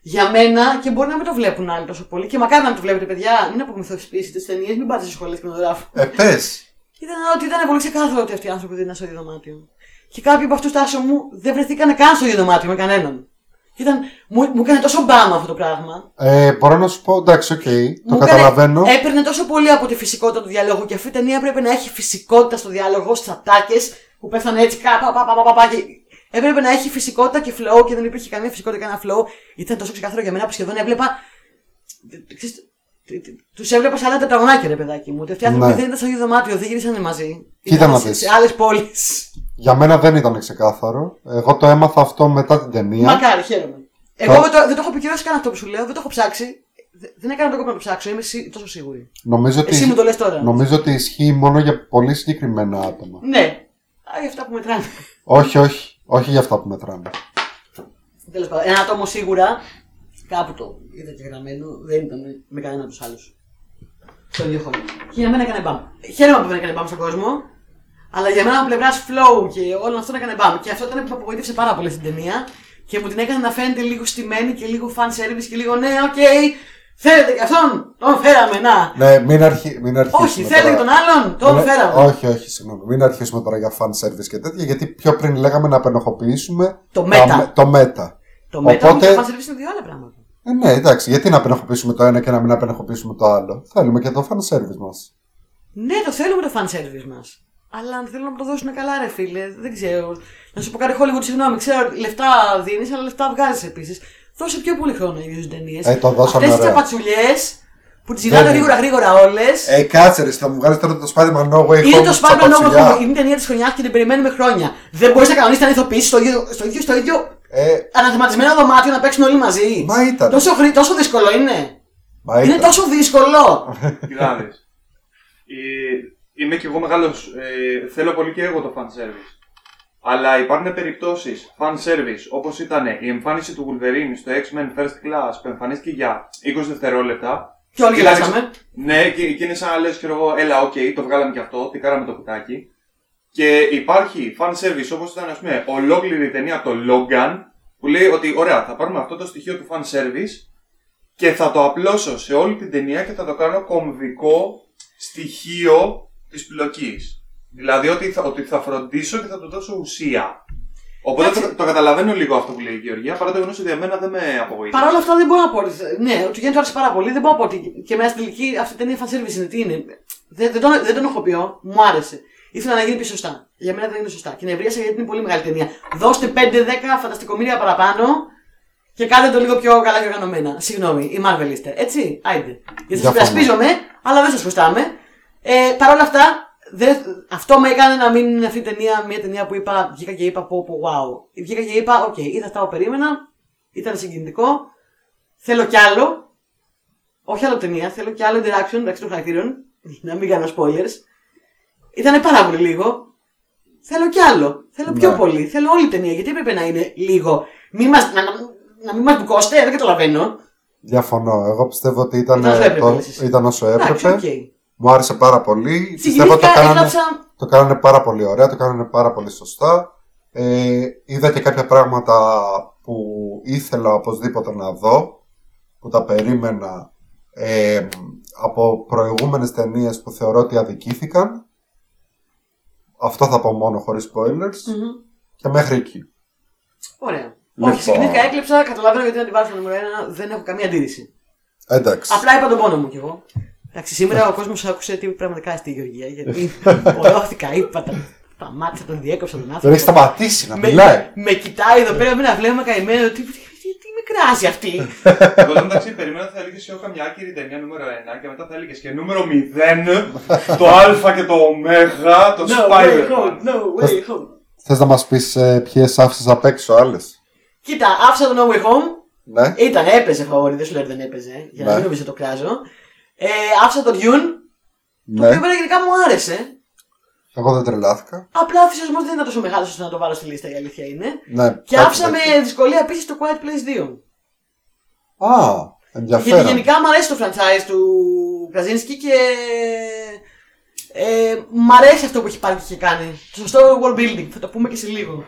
S1: για μένα και μπορεί να μην το βλέπουν άλλοι τόσο πολύ. Και μακάρι να μην το βλέπετε, παιδιά. Μην απομυθοποιήσετε τι ταινίες, μην πάτε σε σχολές και να το γράφουν.
S2: Ε, πες.
S1: Ήταν ότι ήταν πολύ ξεκάθαρο ότι αυτοί οι άνθρωποι δεν ήταν στο ίδιο δωμάτιο. Και κάποιοι από αυτούς τάσο μου δεν βρεθήκανε καν στο ίδιο δωμάτιο με κανέναν. Ήταν, μου, μου έκανε τόσο μπάμα αυτό το πράγμα.
S2: Ε, μπορώ να σου πω, εντάξει, οκ, το
S1: Μου Ε- έκανε-
S2: καταλαβαίνω.
S1: Έπαιρνε τόσο πολύ από τη φυσικότητα του διαλόγου και αυτή η ταινία έπρεπε να έχει φυσικότητα στο διάλογο, στις ατάκες που πέθανε έτσι κάπα, πα, πα, πα, πα, πα, και έπρεπε να έχει φυσικότητα και flow και δεν υπήρχε καμία φυσικότητα, κανένα flow. Ήταν τόσο ξεκάθαρο για μένα που σχεδόν έβλεπα. Τους έβλεπα σε άλλα τετραγωνάκια, ρε παιδάκι μου. Ότι αυτοί οι άνθρωποι
S2: Ναι.
S1: δεν ήταν στο ίδιο δωμάτιο, δεν γυρίσανε μαζί.
S2: Κοίτα
S1: Ήταν
S2: να
S1: σε-
S2: δεις.
S1: Σε άλλες πόλεις.
S2: Για μένα δεν ήταν ξεκάθαρο. Εγώ το έμαθα αυτό μετά την ταινία.
S1: Μακάρι, χαίρομαι. Εγώ
S2: Το-
S1: δεν το, δεν το έχω επικυρώσει καν αυτό που σου λέω, δεν το έχω ψάξει. Δε- Δεν έκανα τον κόπο να το ψάξω, είμαι σι- τόσο σίγουρη.
S2: Νομίζω ότι,
S1: Εσύ μου το λες τώρα.
S2: νομίζω ότι ισχύει μόνο για πολύ συγκεκριμένα άτομα.
S1: Ναι. Α, για αυτά που μετράνε.
S2: Όχι, όχι. Όχι για αυτά που μετράνε.
S1: Τέλος πάντων, ένα άτομο σίγουρα κάπου το είδα και γραμμένο, δεν ήταν με κανένα από τους άλλους. Στο ίδιο χώρο. Και για μένα έκανε μπαμ. Χαίρομαι που δεν έκανε μπαμ στον κόσμο, αλλά για μένα από πλευρά flow και όλων αυτών έκανε μπαμ. Και αυτό ήταν που με απογοήτευσε πάρα πολύ στην ταινία και μου την έκανε να φαίνεται λίγο στημένη και λίγο fan service και λίγο ναι, οκ, θέλετε και αυτόν, τον φέραμε, να.
S2: Ναι, μην, αρχι... μην αρχίσουμε.
S1: Όχι, θέλετε και τον άλλον, τον
S2: Μην-
S1: φέραμε.
S2: Όχι, όχι, συγγνώμη. Μην αρχίσουμε τώρα για fan service και τέτοια, γιατί πιο πριν λέγαμε να απενοχοποιήσουμε
S1: Το
S2: τα
S1: meta.
S2: με- το meta.
S1: Το μέτρο
S2: Οπότε-
S1: Οπότε... και το fan service είναι δύο άλλα πράγματα.
S2: Ε, ναι, εντάξει, γιατί να απενοχοποιήσουμε το ένα και να μην απενοχοποιήσουμε το άλλο. Θέλουμε και το fan service μας.
S1: Ναι, το θέλουμε το fan service μας. Αλλά αν θέλουν να το δώσουν καλά, ρε φίλε, δεν ξέρω. Να σου πω κάτι Hollywood, συγγνώμη, ξέρω ότι λεφτά δίνεις, αλλά λεφτά βγάζεις επίσης. Δώσε πιο πολύ χρόνο για τις ταινίες.
S2: Ε, το δώσαμε,
S1: Αυτές
S2: ωραία.
S1: τι τσαπατσουλιές που τις γυρνάνε
S2: Δεν
S1: γρήγορα γρήγορα όλες.
S2: Ε, κάτσε, ρε, θα μου βγάλεις τώρα το Spider-Man No Way
S1: είναι
S2: Home,
S1: το Spider-Man No Way
S2: τσαπατσουλιά.
S1: Home, είναι η ταινία της χρονιάς και την περιμένουμε χρόνια. Δεν μπορείς να κανονίσεις να ηθοποιήσεις στο ίδιο, στο ίδιο, στο ίδιο
S2: Ε,
S1: αναθεματισμένο δωμάτιο να παίξουν όλοι μαζί.
S2: Μα ήταν.
S1: Τόσο, χρή- τόσο δύσκολο είναι.
S2: μα
S1: Είναι
S2: ήταν.
S1: τόσο δύσκολο.
S3: Κοιτάξτε. ε, Είμαι κι εγώ μεγάλος. θέλω πολύ και εγώ το fan service. Αλλά υπάρχουν περιπτώσεις fan service όπως ήταν η εμφάνιση του Wolverine στο X-Men First Class που εμφανίστηκε για 20 δευτερόλεπτα.
S1: Και όλοι
S3: Ήταν-
S1: γελάσαμε.
S3: Ναι, και, και είναι σαν να λες, ξέρω εγώ, έλα, οκ, το βγάλαμε κι αυτό, τι κάναμε το κουτάκι. Και υπάρχει fan service όπως ήταν, ας πούμε, ολόκληρη η ταινία το Logan που λέει ότι ωραία, θα πάρουμε αυτό το στοιχείο του fan service και θα το απλώσω σε όλη την ταινία και θα το κάνω κομβικό στοιχείο της πλοκής. Δηλαδή ότι θα, ότι θα φροντίσω και θα του δώσω ουσία. Οπότε
S1: Εντάξει.
S3: το, το καταλαβαίνω λίγο αυτό που λέει η Γεωργία, παρά το γνώση ότι εμένα δεν με απογοήτευσε.
S1: Παρ' όλα αυτά δεν μπορώ να πω. ότι- Ναι, του Γιάννη του άρεσε πάρα πολύ. Δεν μπορώ να πω ότι. Και μέσα στην τελική αυτή η ταινία fan service είναι. Τι είναι. Δεν, δεν τον, δεν τον οχοποιώ. Μου άρεσε. Ήθελα να γίνει πιο σωστά. Για μένα δεν είναι σωστά. Και νευρίασα γιατί είναι πολύ μεγάλη ταινία. Δώστε 5-10 φανταστικομίλια παραπάνω και κάντε το λίγο πιο καλά και οργανωμένα. Συγγνώμη, οι Marvel είστε. Έτσι, άιντε. Γιατί σας
S2: Διαφωνώ.
S1: υπερασπίζομαι, αλλά δεν σας χρωστάμε. Ε, Παρ' όλα αυτά, δεν- αυτό με έκανε να μην είναι αυτή η ταινία, μια ταινία που είπα, βγήκα και είπα πω, πω wow. Βγήκα και είπα, οκ, είδα αυτά που περίμενα, ήταν συγκινητικό, θέλω κι άλλο, όχι άλλο ταινία, θέλω κι άλλο interaction μεταξύ των χαρακτήρων, να μην κάνω spoilers. Ήταν πάρα πολύ λίγο. Θέλω κι άλλο. Θέλω πιο
S2: Ναι.
S1: πολύ. Θέλω όλη η ταινία. Γιατί έπρεπε να είναι λίγο. Μη μας, να, να, να μην μας μπουκώσετε, δεν καταλαβαίνω.
S2: Διαφωνώ. Εγώ πιστεύω ότι ήταν,
S1: Ήταν όσο
S2: ε,
S1: έπρεπε,
S2: το-
S1: λες εσύ.
S2: ήταν όσο
S1: Εντάξει,
S2: έπρεπε.
S1: οκ.
S2: Μου άρεσε πάρα πολύ. Πιστεύω το
S1: Συγκινήθηκα,
S2: κάνανε,
S1: έγραψα.
S2: το κάνανε πάρα πολύ ωραία, το κάνανε πάρα πολύ σωστά. Ε, είδα και κάποια πράγματα που ήθελα οπωσδήποτε να δω, που τα περίμενα ε, από προηγούμενες ταινίες που θεωρώ ότι αδικήθηκαν. Αυτό θα πω μόνο χωρίς spoilers.
S1: Μμμ.
S2: Και μέχρι εκεί.
S1: Ωραία.
S2: Λοιπόν.
S1: Όχι, συγκινήθηκα, έκλεψα, καταλαβαίνω γιατί να την βάλω στο νούμερο 1, δεν έχω καμία αντίρρηση.
S2: Εντάξει.
S1: Απλά είπα τον πόνο μου κι εγώ. Εντάξει, σήμερα ο κόσμος άκουσε τι πραγματικά είστε η Γεωργία. Γιατί ολόθηκα, είπα τα, τα μάτια, τον διέκοψα τον
S2: Τον
S1: άνθρωπο.
S2: έχει σταματήσει να
S1: με,
S2: μιλάει.
S1: με κοιτάει εδώ πέρα με ένα βλέμμα καημένο. Τι, τι, τι, τι με κράζει αυτή.
S3: Εγώ εν τω μεταξύ περίμενα ότι θα έλεγες εγώ καμιά άκυρη ταινία νούμερο 1 και μετά θα έλεγες και νούμερο 0, το Α και το Ω, το
S1: no way
S3: Spider.
S1: home, no way home.
S2: Θες να μας πεις ε, ποιες άφησες απ' έξω άλλες.
S1: Κοίτα, άφησα το No Way Home.
S2: Ναι.
S1: Ήταν, έπαιζε φαβορή, δεν σου λέω ότι δεν έπαιζε. Για να
S2: Ναι.
S1: μην νομίζετε το κράζω. Ε, άφησα το Dune. Το
S2: Ναι.
S1: οποίο γενικά μου άρεσε.
S2: Εγώ δεν τρελάθηκα.
S1: Απλά ο θυσιασμό δεν ήταν τόσο μεγάλος ώστε να το βάλω στη λίστα, η αλήθεια είναι.
S2: Ναι.
S1: Και
S2: κάτι
S1: άφησα με
S2: τέτοιο.
S1: δυσκολία επίσης το Quiet Place 2.
S2: Α,
S1: Γιατί
S2: ενδιαφέρον.
S1: γενικά μου αρέσει το franchise του Κραζίνσκι και. Ε, μ' αρέσει αυτό που έχει πάρει και έχει κάνει. Το σωστό world building. Θα το πούμε και σε λίγο.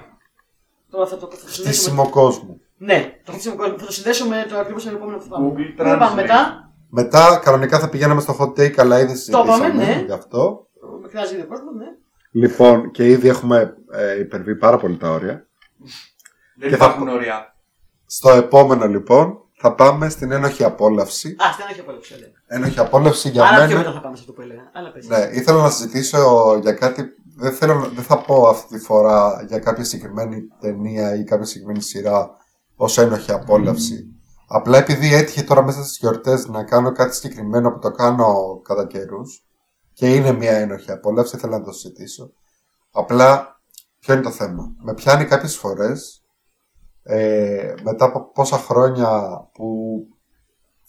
S1: Τώρα θα το, θα το συνδέσουμε.
S2: Χτίσιμο κόσμου.
S1: Ναι, το χτίσιμο κόσμο. Θα το συνδέσουμε το ακριβώς στο επόμενο που θα πάμε.
S3: Google
S1: Πού θα πάμε
S3: Translate.
S1: μετά.
S2: Μετά κανονικά θα πηγαίναμε στο hot take, αλλά ήδη συζητήσαμε
S1: είπαμε, ναι.
S2: γι' αυτό.
S1: Ο χρειάζεται δύο κόσμο, ναι.
S2: Λοιπόν, και ήδη έχουμε ε, υπερβεί πάρα πολύ τα όρια.
S3: Δεν
S2: Και θα
S3: υπάρχουν όρια.
S2: Στο επόμενο, λοιπόν, θα πάμε στην ένοχη απόλαυση.
S1: Α, δεν έχει απόλυψη. ωραία.
S2: Ένοχη απόλαυση για
S1: Άρα πιο
S2: μένα.
S1: μετά θα πάμε σε αυτό που έλεγα. Αλλά πες.
S2: Ναι, ήθελα να συζητήσω για κάτι. Δεν, θέλω, να- δεν θα πω αυτή τη φορά για κάποια συγκεκριμένη ταινία ή κάποια συγκεκριμένη σειρά ως ένοχη απόλαυση. Απλά επειδή έτυχε τώρα μέσα στις γιορτές να κάνω κάτι συγκεκριμένο που το κάνω κατά καιρούς και είναι μια ένοχη απόλαυση, ήθελα να το συζητήσω. Απλά ποιο είναι το θέμα. Με πιάνει κάποιες φορές ε, μετά από πόσα χρόνια που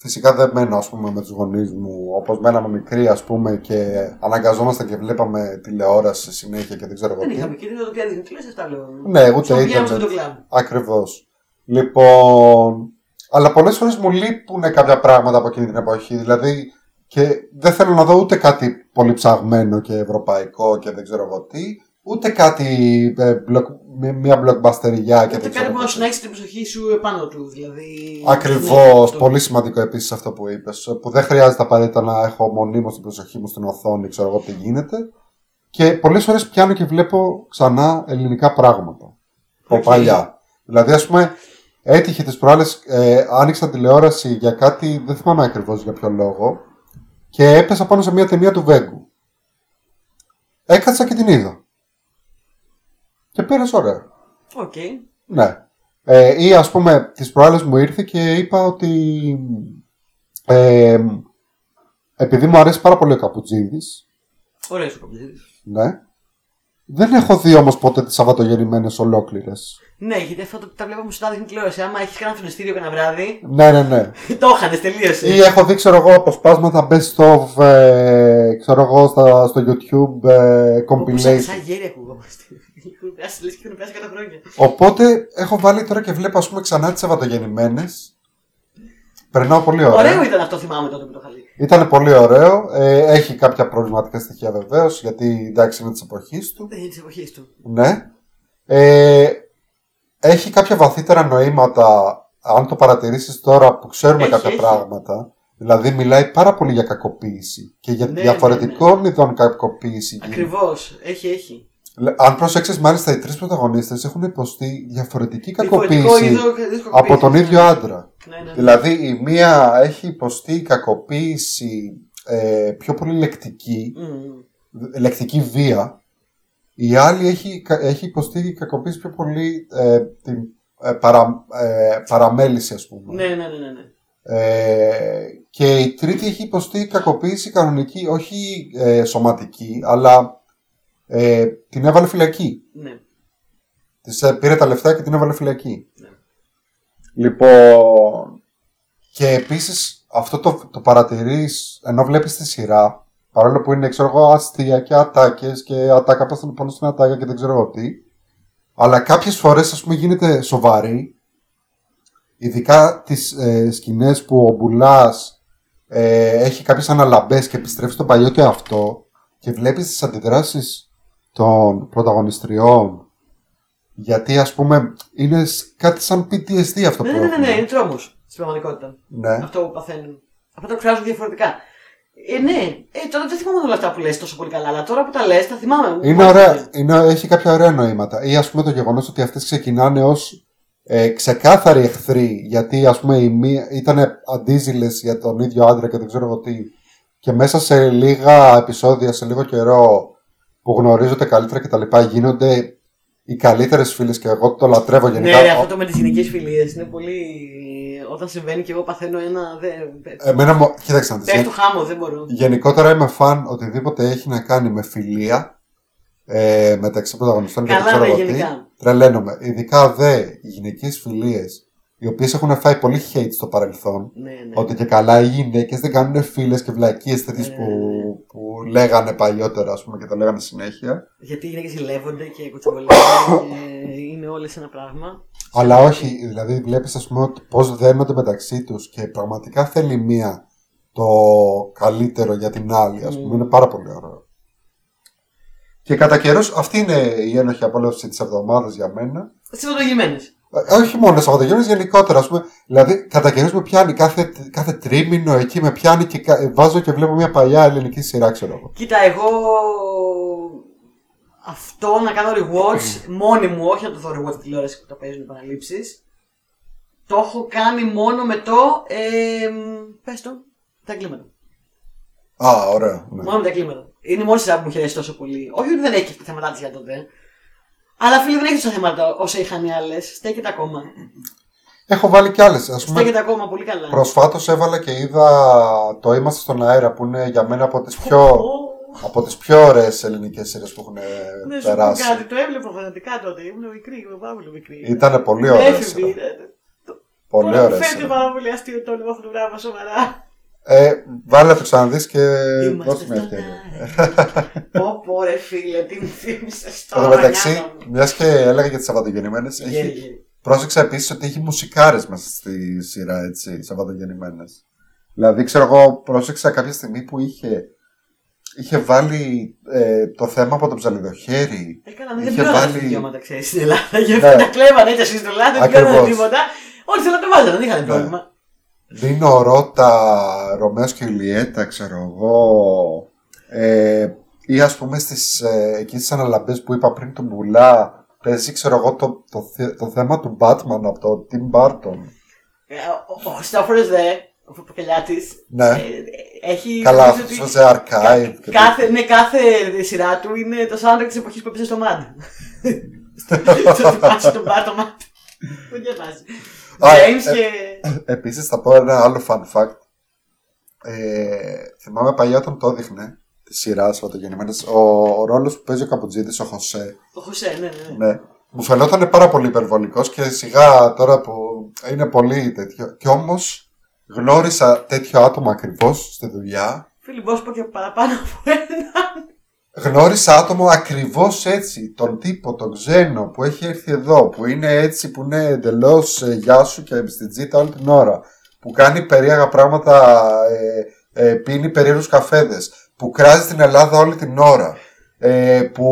S2: Φυσικά δεν μένω ας πούμε, με τους γονείς μου όπως μέναμε μικροί ας πούμε, και αναγκαζόμασταν και βλέπαμε τηλεόραση συνέχεια και δεν ξέρω εγώ
S1: Δεν
S2: τι.
S1: είχαμε και δεν το διαδίκτυο. Τι λε αυτά λέω.
S2: Ναι, ούτε
S1: Στον πιάνο στον
S2: ίντερνετ.
S1: το κλαμπ.
S2: Ακριβώς. Λοιπόν, αλλά πολλές φορές μου λείπουν κάποια πράγματα από εκείνη την εποχή. Δηλαδή, και δεν θέλω να δω ούτε κάτι πολύ ψαγμένο και ευρωπαϊκό και δεν ξέρω εγώ τι, ούτε κάτι, ε, μπλοκ- μ- μια blockbusterιά και
S1: Ούτε
S2: δεν
S1: κάτι
S2: ξέρω
S1: που
S2: εγώ
S1: να
S2: τι.
S1: συνέχισε την προσοχή σου επάνω του. Δηλαδή.
S2: Ακριβώς.
S1: Ναι,
S2: πολύ σημαντικό επίσης αυτό που είπες. Που δεν χρειάζεται απαραίτητα να έχω μονίμως την προσοχή μου στην οθόνη, ξέρω εγώ τι γίνεται. Και πολλές φορές πιάνω και βλέπω ξανά ελληνικά πράγματα. Από
S1: Οκ.
S2: παλιά. Δηλαδή, ας πούμε, έτυχε τις προάλλες, ε, άνοιξα τηλεόραση για κάτι, δεν θυμάμαι ακριβώς για ποιο λόγο. Και έπεσα πάνω σε μια ταινία του Βέγκου. Έκατσα και την είδα. Και πέρασε ωραία.
S1: Οκ.
S2: Ναι. Ε, ή ας πούμε, τις προάλλες μου ήρθε και είπα ότι ε, επειδή μου αρέσει πάρα πολύ ο Καπουτζίδης,
S1: Ωραίο σου κομπλίδι.
S2: ναι, δεν έχω δει όμως ποτέ τις Σαββατογεννημένες ολόκληρες.
S1: Ναι, γιατί αυτό το- τα βλέπαμε στον άδειχνη τηλεόραση. Άμα έχεις κάνει φροντιστήριο κανένα βράδυ,
S2: Ναι, ναι, ναι.
S1: το είχανε, τελείωσε.
S2: Ή έχω δει, ξέρω εγώ, αποσπάσματα best of, ε, ξέρω εγώ, στα- στο YouTube ε,
S1: Όπου Σαν
S2: compilation.
S1: σαν γέροι ακουγόμαστε. Έχουν περάσει, λες και έχουν περάσει 100 χρόνια.
S2: Οπότε έχω βάλει τώρα και βλέπω, ας πούμε, ξανά τις Σαββατογεννημένες. Περνάω πολύ ωραία.
S1: Ωραίο ήταν αυτό, θυμάμαι τότε που το είχα δει.
S2: Ήταν πολύ ωραίο. Ε, έχει κάποια προβληματικά στοιχεία βεβαίως, γιατί εντάξει είναι της εποχής του.
S1: Δεν είναι της εποχής του.
S2: Ναι. Ε, έχει κάποια βαθύτερα νοήματα, αν το παρατηρήσεις τώρα που ξέρουμε
S1: Έχει,
S2: κάποια
S1: έχει.
S2: πράγματα. Δηλαδή, μιλάει πάρα πολύ για κακοποίηση και για
S1: Ναι,
S2: διαφορετικών ειδών κακοποίηση.
S1: Ακριβώς. Έχει, έχει.
S2: Λε- Αν προσέξεις μάλιστα, οι τρεις πρωταγωνίστες έχουν υποστεί διαφορετική
S1: Διαφορετικό
S2: κακοποίηση
S1: είδο- είδος
S2: από τον
S1: κακοποίησης,
S2: ίδιο
S1: ναι.
S2: άντρα.
S1: Ναι, ναι.
S2: Δηλαδή η μία έχει υποστεί κακοποίηση ε, πιο πολύ λεκτική,
S1: Μμμ.
S2: λεκτική βία. Η άλλη έχει, κα- έχει υποστεί κακοποίηση πιο πολύ ε, την ε, παρα, ε, παραμέληση ας πούμε.
S1: Ναι, ναι, ναι, ναι, ναι.
S2: Ε, και η τρίτη έχει υποστεί κακοποίηση κανονική, όχι ε, σωματική, αλλά ε, την έβαλε φυλακή.
S1: ναι.
S2: Της ε, πήρε τα λεφτά και την έβαλε φυλακή.
S1: Ναι.
S2: Λοιπόν. Και επίσης αυτό το, το παρατηρείς ενώ βλέπεις τη σειρά. Παρόλο που είναι, ξέρω εγώ, αστεία και ατάκες και ατάκα πάνω στην- πάνω στην ατάκα και δεν ξέρω εγώ τι. Αλλά κάποιες φορές, ας πούμε, γίνεται σοβαρή. Ειδικά τις ε, σκηνές που ο Μπουλάς ε, έχει κάποιες αναλαμπές και επιστρέφει στον παλιό του εαυτό και βλέπεις τις αντιδράσεις των πρωταγωνιστριών. Γιατί ας πούμε είναι σ- κάτι σαν PTSD αυτό
S1: Ναι,
S2: που
S1: ναι, ναι, ναι,
S2: έχουν.
S1: είναι τρόμος στην πραγματικότητα.
S2: Ναι.
S1: Αυτό που παθαίνουν. Αυτά τα εκφράζουν διαφορετικά. Ε, ναι, ε, τώρα δεν θυμάμαι όλα αυτά που λες τόσο πολύ καλά, αλλά τώρα που τα λες, τα θυμάμαι.
S2: Είναι ωραία, είναι, έχει κάποια ωραία νοήματα. Ή ας πούμε το γεγονός ότι αυτές ξεκινάνε ως ε, ξεκάθαροι εχθροί, γιατί ας πούμε η μία ήταν αντίζηλες για τον ίδιο άντρα και δεν ξέρω εγώ τι. Και μέσα σε λίγα επεισόδια, σε λίγο καιρό που γνωρίζονται καλύτερα κτλ. γίνονται οι καλύτερες φίλες και εγώ το λατρεύω
S1: Ναι,
S2: γενικά.
S1: ρε, αυτό το με τις γυναικές φιλίες είναι πολύ. Όταν συμβαίνει και εγώ παθαίνω ένα. Δε...
S2: Εμένα μου... Κοίταξε να δεις.
S1: Πέφτω χάμω, δεν μπορώ.
S2: Γενικότερα είμαι φαν οτιδήποτε έχει να κάνει με φιλία ε, μεταξύ πρωταγωνιστών και δεν
S1: Καλά,
S2: ξέρω
S1: ναι,
S2: εγώ τι.
S1: γενικά.
S2: Τρελαίνομαι. Ειδικά δε οι γυναικείες φιλίες, οι οποίες έχουν φάει πολύ hate στο παρελθόν.
S1: Ναι, ναι.
S2: Ότι και καλά οι γυναίκες δεν κάνουν φίλες και βλακίες τέτοιες
S1: Ναι,
S2: που,
S1: ναι, ναι.
S2: που λέγανε παλιότερα, ας πούμε, και τα λέγανε συνέχεια.
S1: Γιατί οι γυναίκες ζηλεύονται και κοτσοβολεύονται και είναι όλες ένα πράγμα.
S2: Αλλά
S1: Ναι.
S2: όχι, δηλαδή βλέπεις ας πούμε ότι πώς δένονται μεταξύ τους και πραγματικά θέλει η μία το καλύτερο για την άλλη, ας πούμε,
S1: Mm.
S2: είναι πάρα πολύ ωραίο. Και κατά καιρούς, αυτή είναι η ένοχη απόλαυση της εβδομάδας για μένα.
S1: Σεβατογημένε.
S2: Ε, Όχι μόνο Σαββατογέννη, γενικότερα. Ας πούμε, δηλαδή, κατά καιρούς με πιάνει κάθε, κάθε τρίμηνο εκεί, με πιάνει και κα- ε, βάζω και βλέπω μια παλιά ελληνική σειρά, ξέρω εγώ.
S1: Κοίτα, εγώ αυτό να κάνω rewatch μόνη μου, όχι να το δω rewatch τηλεόραση που το παίζουν επαναλήψεις. Το έχω κάνει μόνο με το. Ε, Πες το. Τα κλίματα.
S2: Α, ωραία. Ναι.
S1: Μόνο με τα κλίματα. Είναι μόλι σειρά που μου είχε αρέσει τόσο πολύ. Όχι ότι δεν έχει τα θέματα της για τότε. Αλλά φίλοι δεν έχεις τόσα θέματα όσα είχαν οι άλλες. Στέκεται ακόμα.
S2: Έχω βάλει κι άλλες. Ας πούμε,
S1: Στέκεται ακόμα πολύ καλά.
S2: Προσφάτως έβαλα και είδα το Είμαστε στον αέρα που είναι για μένα από τις
S1: Ω,
S2: πιο, από τις πιο ωραίες ελληνικές σειρές που έχουν ε,
S1: Ναι, σου πω
S2: περάσει.
S1: κάτι, το έβλεπα φανατικά τότε. Ήμουν μικρή, ήμουν πάρα πολύ μικρή.
S2: Ήταν πολύ ωραία
S1: Έφηβη,
S2: σειρά.
S1: ναι, ναι.
S2: Πολύ
S1: Τώρα μου
S2: ωραία
S1: Φαίνεται
S2: σειρά.
S1: πάρα πολύ αστείο το όνομα Φλουράβα, σοβαρά.
S2: Ε, βάλε να το ξαναδείς και
S1: Είμαστε
S2: Ε, δώσ'
S1: στον
S2: μια ευκαιρία.
S1: αέρα. Πω πω ρε φίλε, τι μου θύμισες
S2: Εν
S1: τώρα.
S2: τω μεταξύ,
S1: Μανιάνα μου.
S2: μιας και έλεγα για τις Σαββατογεννημένες,
S1: Γέλι,
S2: έχει...
S1: γέλι.
S2: πρόσεξα επίσης ότι έχει μουσικάρες μέσα στη σειρά, έτσι, Σαββατογεννημένες. Δηλαδή, ξέρω εγώ, πρόσεξα κάποια στιγμή που είχε, είχε βάλει ε, το θέμα από το ψαλιδοχέρι.
S1: Ε, καλά, δεν
S2: είχε
S1: πληρώνανε
S2: βάλει-
S1: τα δικαιώματα, ξέρεις, στην Ελλάδα. Γι'
S2: Ναι.
S1: αυτό τα κλέβανε έτσι εσείς το λάδι, δεν
S2: Ακριβώς. Ναι.
S1: πληρώνανε τίποτα. Όλοι θέλουν να το βάζανε, δεν είχαν πρόβλημα.
S2: Δίνω ρότα Ρωμαίος και Ιουλιέτα, ξέρω εγώ. Ε, ή ας πούμε στις, ε, εκεί στις αναλαμπές που είπα πριν του Μπουλά, παίζει ξέρω εγώ το, το, θε- το θέμα του Batman από το Tim Burton.
S1: Ε, ο- Ο Χριστόφορος δε, ο Παπακελιάτης,
S2: Ναι.
S1: ε, έχει...
S2: Καλά,
S1: νομίζω
S2: αυτός
S1: ότι
S2: βάζει archive. και τέτοια.
S1: Κάθε, ναι, κάθε σειρά του είναι το soundtrack της εποχής που έπαιζε στο Mad. Στο- Στο πάση του μπαρ το Mad. Δεν διαβάζει.
S2: Α,
S1: James
S2: ε,
S1: και...
S2: Επίσης θα πω ένα άλλο fun fact. Ε, θυμάμαι παλιά όταν το έδειχνε τη σειρά Σαββατογεννημένες, ο, ο ρόλος που παίζει ο Καπουτζίδης, ο Χωσέ,
S1: Ο Χωσέ, ναι, ναι, ναι.
S2: Ναι. Μου φαινόταν πάρα πολύ υπερβολικός και σιγά τώρα που είναι πολύ τέτοιο. Κι όμως γνώρισα τέτοιο άτομο ακριβώς στη δουλειά.
S1: Φίλοι, μπορώ να σου πω και παραπάνω από ένα.
S2: Γνώρισα άτομο ακριβώς έτσι. Τον τύπο, τον ξένο που έχει έρθει εδώ, που είναι έτσι, που είναι εντελώς γεια σου και στην τζίτα όλη την ώρα. Που κάνει περίεργα πράγματα, ε, ε, πίνει περίεργους καφέδες. Που κράζει την Ελλάδα όλη την ώρα. Ε, που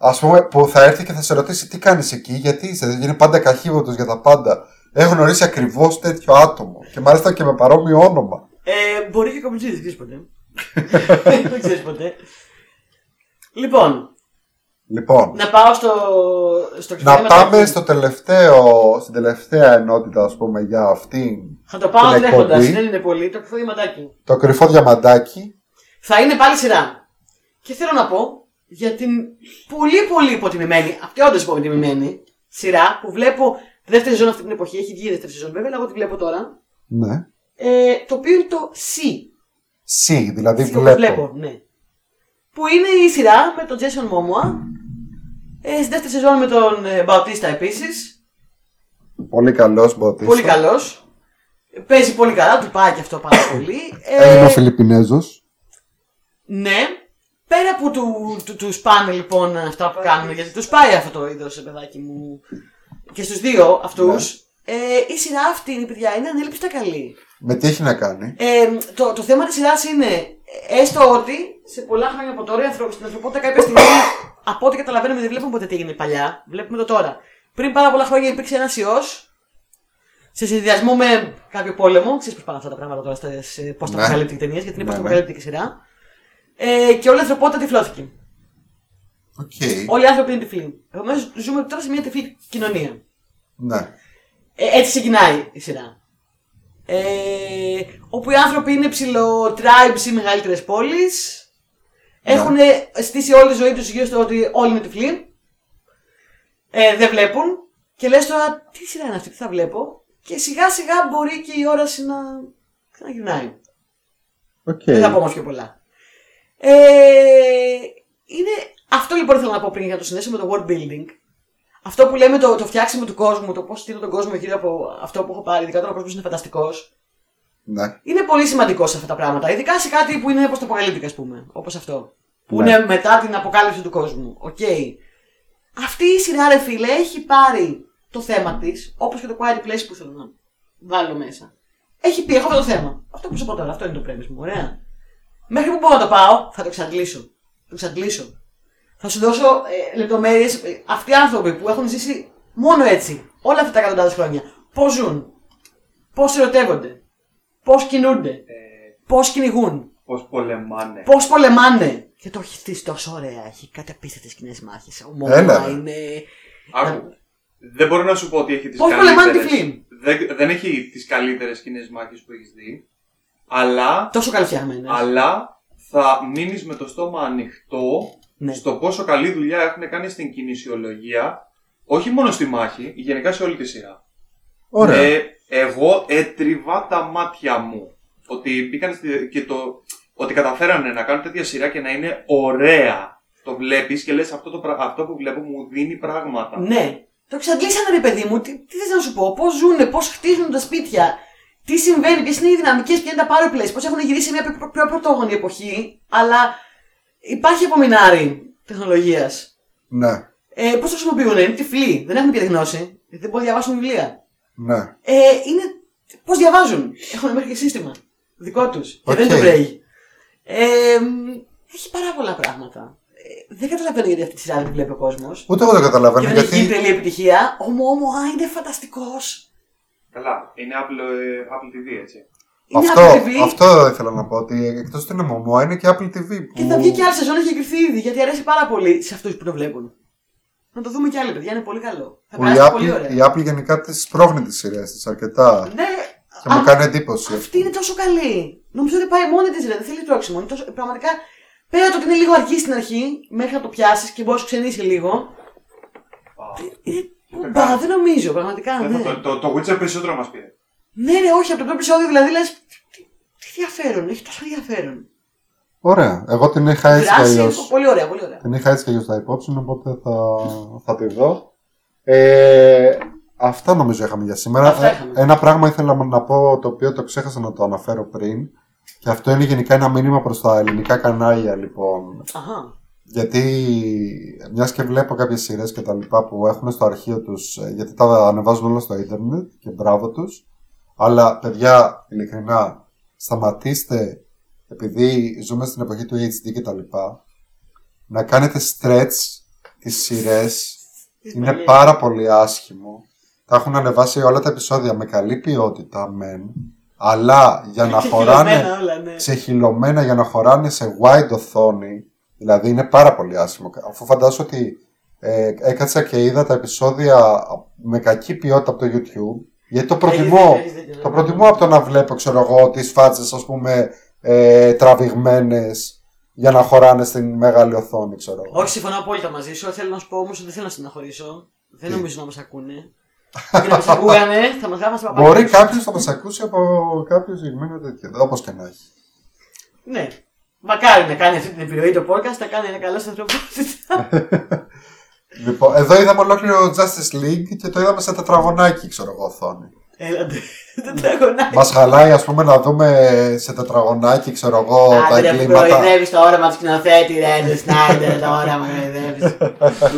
S2: Ας πούμε, που θα έρθει και θα σε ρωτήσει τι κάνεις εκεί, γιατί είσαι, δεν είναι πάντα καχύβωτος για τα πάντα. Έχω γνωρίσει ακριβώς τέτοιο άτομο. Και μάλιστα και με παρόμοιο όνομα.
S1: Ε, μπορεί και κομιτζή, δεν ξέρει ποτέ. δεν ξέρεις ποτέ. Λοιπόν,
S2: Λοιπόν,
S1: να πάω στο. στο
S2: να
S1: ξεπέραμα
S2: πάμε
S1: του-
S2: στο τελευταίο, στην τελευταία ενότητα, ας πούμε, για αυτήν.
S1: Θα το πάω
S2: την
S1: τρέχοντα,
S2: εκπομπή.
S1: δεν είναι πολύ, το κρυφό ματάκι.
S2: Το κρυφό διαμαντάκι.
S1: Θα είναι πάλι σειρά. Και θέλω να πω για την πολύ πολύ υποτιμημένη, αυτή όντως υποτιμημένη σειρά που βλέπω δεύτερη σεζόν αυτή την εποχή. Έχει βγει η δεύτερη σεζόν βέβαια, αλλά εγώ τη βλέπω τώρα.
S2: Ναι.
S1: Ε, το οποίο είναι το C.
S2: Σι, δηλαδή
S1: Σίγουρα
S2: βλέπω.
S1: βλέπω, ναι. Που είναι η σειρά με τον Jason Momoa. Ε, στη δεύτερη σεζόν με τον ε, Μπαουτίστα επίσης.
S2: Πολύ καλός μποτή.
S1: Πολύ καλός. Ε, Παίζει πολύ καλά, του πάει και αυτό πάρα πολύ.
S2: Έλληνο
S1: Ε,
S2: Φιλιππινέζος.
S1: ναι. Πέρα που του, του, τους πάνε λοιπόν αυτά που κάνουν, γιατί τους πάει αυτό το είδος, ε, παιδάκι μου, και στους δύο αυτούς, ε, η σειρά αυτή, παιδιά, είναι ανέλπιστα καλή.
S2: Με τι έχει να κάνει.
S1: Ε, το, το θέμα της σειράς είναι, έστω ότι σε πολλά χρόνια από τώρα οι ανθρω- στην ανθρωπότητα κάποια στιγμή, από ό,τι καταλαβαίνουμε, δεν βλέπουμε ποτέ τι έγινε παλιά. Βλέπουμε το τώρα. Πριν πάρα πολλά χρόνια υπήρξε ένας ιός, σε συνδυασμό με κάποιο πόλεμο. Ξέρεις πώς πάνε αυτά τα πράγματα τώρα, πώ τα
S2: Ναι.
S1: αποκαλύπτει η ταινία, γιατί είναι
S2: Ναι,
S1: πώ τα
S2: ναι.
S1: αποκαλύπτει και η σειρά. Ε, και όλη η ανθρωπότητα τυφλώθηκε.
S2: Οκ.
S1: Όλοι οι άνθρωποι είναι τυφλοί. Επομένως, ζούμε τώρα σε μια τυφλή κοινωνία.
S2: Ναι.
S1: Ε, έτσι ξεκινάει η σειρά. Ε, όπου οι άνθρωποι είναι ψηλο tribes ή μεγαλύτερες πόλεις.
S2: Ναι.
S1: Έχουν ε, στήσει όλη τη ζωή τους γύρω στο ότι όλοι είναι τυφλοί. Ε, δεν βλέπουν. Και λες τώρα, τι σειρά είναι αυτή, τι θα βλέπω. Και σιγά σιγά μπορεί και η όραση να ξαναγυρνάει.
S2: Οκ.
S1: Δεν θα πω όμως πιο πολλά. Ε, είναι αυτό λοιπόν ήθελα να πω πριν για να το συνδέσω με το world building. Αυτό που λέμε το, το φτιάξιμο του κόσμου, το πώς στείλω τον κόσμο γύρω από αυτό που έχω πάρει, ειδικά όταν ο κόσμος είναι φανταστικός.
S2: Ναι.
S1: Είναι πολύ σημαντικό σε αυτά τα πράγματα. Ειδικά σε κάτι που είναι όπω το αποκαλύπτει, ας πούμε. Όπως αυτό. Που
S2: Ναι.
S1: είναι μετά την αποκάλυψη του κόσμου. Οκ. Αυτή η σειρά, ρε φίλε, έχει πάρει το θέμα της, όπως και το Quiet Place που θέλω να βάλω μέσα. Έχει πει, έχω αυτό το θέμα. Αυτό που σου πω τώρα, αυτό είναι το πρέμβι μου, ωραία. Μέχρι που μπορώ να το πάω, θα το εξαντλήσω. Ε, Θα το εξαντλήσω. Θα σου δώσω ε, λεπτομέρειες. αυτοί οι άνθρωποι που έχουν ζήσει Μόνο έτσι. Όλα αυτά τα εκατοντάδες χρόνια. Πώς ζουν. Πώς ερωτεύονται. Πώς κινούνται.
S3: Ε,
S1: Πώς κυνηγούν.
S3: Πώς πολεμάνε.
S1: Πώς πολεμάνε. Και το έχεις χτίσει τόσο ωραία. Έχει κάτι απίστευτες κοινές μάχες. Ομόφωνα
S2: Έλα.
S1: είναι. Ε,
S3: Άκου. Δεν μπορώ να σου πω ότι έχει τις
S1: Πώς
S3: καλύτερες...
S1: πολεμάνε τη Φλιν?
S3: Δεν, δεν έχει τις καλύτερες κοινές μάχες που έχεις δει. Αλλά,
S1: Τόσο καλοφτιαγμένες.
S3: αλλά θα μείνεις με το στόμα ανοιχτό
S1: Ναι.
S3: στο πόσο καλή δουλειά έχουν κάνει στην κινησιολογία. Όχι μόνο στη μάχη, γενικά σε όλη τη σειρά.
S2: Ωραία.
S3: Ε, εγώ έτριβα τα μάτια μου. Ότι μπήκαν στη- και το. Ότι καταφέρανε να κάνουν τέτοια σειρά και να είναι ωραία. Το βλέπεις και λες αυτό, το, πρα- αυτό που βλέπω μου δίνει πράγματα.
S1: Ναι. Το εξαντλήσανε ρε παιδί μου. Τι, τι θες να σου πω, πώς ζουν, πώς χτίζουν τα σπίτια, τι συμβαίνει, ποιες είναι οι δυναμικές, ποια είναι τα πάροπλε, πώς έχουν γυρίσει σε μια πιο, πιο πρωτόγονη εποχή, αλλά υπάρχει απομεινάρι τεχνολογίας.
S2: Ναι,
S1: Ε, πώς το χρησιμοποιούν, είναι τυφλοί, δεν έχουν πια τη γνώση, δεν μπορούν να διαβάσουν βιβλία.
S2: ναι.
S1: Ε, είναι. Πώς διαβάζουν, έχουν μέχρι και σύστημα δικό τους. Και
S2: Οκ.
S1: δεν το βρέχει. Ε, μ, έχει πάρα πολλά πράγματα. Ε, δεν καταλαβαίνω γιατί αυτή τη σειρά δεν τη βλέπει ο κόσμος.
S2: Ούτε εγώ το
S1: Και
S2: καταλαβαίνω
S1: δεν έχει γίνει
S2: γιατί.
S1: τρελή επιτυχία. Όμω, όμω, α, είναι φανταστικός.
S3: Καλά, είναι Apple, ε, Apple TV, έτσι.
S1: Είναι
S2: Αυτό,
S1: Apple TV
S2: αυτό ήθελα να πω. Ότι εκτός του είναι μωμό, είναι και Apple TV. Που...
S1: και θα βγει και άλλη σεζόν. Έχει εγκριθεί ήδη γιατί αρέσει πάρα πολύ σε αυτούς που το βλέπουν. Να το δούμε κι άλλοι, παιδιά. Είναι πολύ καλό. Θα
S2: που η,
S1: περάσει πολύ
S2: Apple, η
S1: ωραία.
S2: Apple γενικά τη πρόχνει τις σειρές της αρκετά.
S1: Ναι,
S2: Και μου
S1: α,
S2: κάνει εντύπωση.
S1: αυτή είναι τόσο καλή. Νομίζω ότι πάει μόνη της, δεν θέλει τρόξιμο. Είναι τόσο, πραγματικά πέρα το ότι είναι λίγο αργή στην αρχή, μέχρι να το πιάσεις και μπορείς να ξενήσει λίγο.
S3: Α,
S1: Είναι
S3: Δεν
S1: μπα,
S3: κάνει.
S1: δεν νομίζω, πραγματικά.
S3: δεν Ε, θα
S1: Ναι.
S3: το, το, το Witcher περισσότερο μας πήρε.
S1: ναι, ρε, όχι, από το πρώτο επεισόδιο δηλαδή λες. Τι, τι ενδιαφέρον, έχει τόσο ενδιαφέρον.
S2: Ωραία. Εγώ την είχα Ε, έτσι κι
S1: Δράση,
S2: αλλιώ.
S1: πολύ ωραία, πολύ ωραία.
S2: Την είχα έτσι κι αλλιώς στα υπόψη, μου, οπότε θα, θα τη δω. Ε, αυτά νομίζω είχαμε για σήμερα.
S1: Αυτά
S2: Ε,
S1: είχαμε.
S2: Ένα πράγμα ήθελα να πω το οποίο το ξέχασα να το αναφέρω πριν. Και αυτό είναι γενικά ένα μήνυμα προς τα ελληνικά κανάλια, λοιπόν.
S1: Αχα.
S2: Γιατί μιας και βλέπω κάποιες σειρές και τα λοιπά που έχουν στο αρχείο τους, γιατί τα ανεβάζουν όλα στο ίντερνετ και μπράβο τους. Αλλά παιδιά, ειλικρινά, σταματήστε επειδή ζούμε στην εποχή του HD και τα λοιπά, να κάνετε stretch τις σειρές. Είναι πάρα πολύ άσχημο. Τα έχουν ανεβάσει όλα τα επεισόδια με καλή ποιότητα, μεν. Αλλά για να χωράνε
S1: Ξεχυλωμένα όλα, ναι.
S2: ξεχυλωμένα για να χωράνε σε wide οθόνη. Δηλαδή είναι πάρα πολύ άσχημο. Αφού φαντάσου ότι ε, έκατσα και είδα τα επεισόδια με κακή ποιότητα από το YouTube. Γιατί το προτιμώ,
S1: Έχεις δίκιο, ναι. έχεις δίκιο.
S2: το προτιμώ από το να βλέπω, ξέρω εγώ, τις φάτσες ας πούμε ε, τραβηγμένες για να χωράνε στην μεγάλη οθόνη, ξέρω εγώ.
S1: Όχι, συμφωνώ απόλυτα μαζί σου. Θέλω να σου πω όμως ότι δεν θέλω να στεναχωρήσω. Δεν νομίζω να μας ακούνε. Και να μας ακούγανε, θα μας γράφανε στα
S2: Μπορεί
S1: παπάκια.
S2: κάποιος να μας ακούσει από κάποιο συγκεκριμένο τέτοιο. Όπως και να έχει.
S1: Ναι. Μακάρι να κάνει αυτή την επιρροή το podcast, θα κάνει ένα καλό στην ανθρωπότητα.
S2: Λοιπόν, εδώ είδαμε ολόκληρο Justice League και το είδαμε σε τετραγωνάκι, ξέρω εγώ, οθόνη.
S1: Έλατε. Τετραγωνάκι.
S2: Μας χαλάει, ας πούμε, να δούμε σε τετραγωνάκι, ξέρω εγώ, τα
S1: Άντε ρε,
S2: εγκλήματα.
S1: προειδεύεις το όραμα του σκηνοθέτη, ρε, του Σνάιντερ, το όραμα προειδεύεις.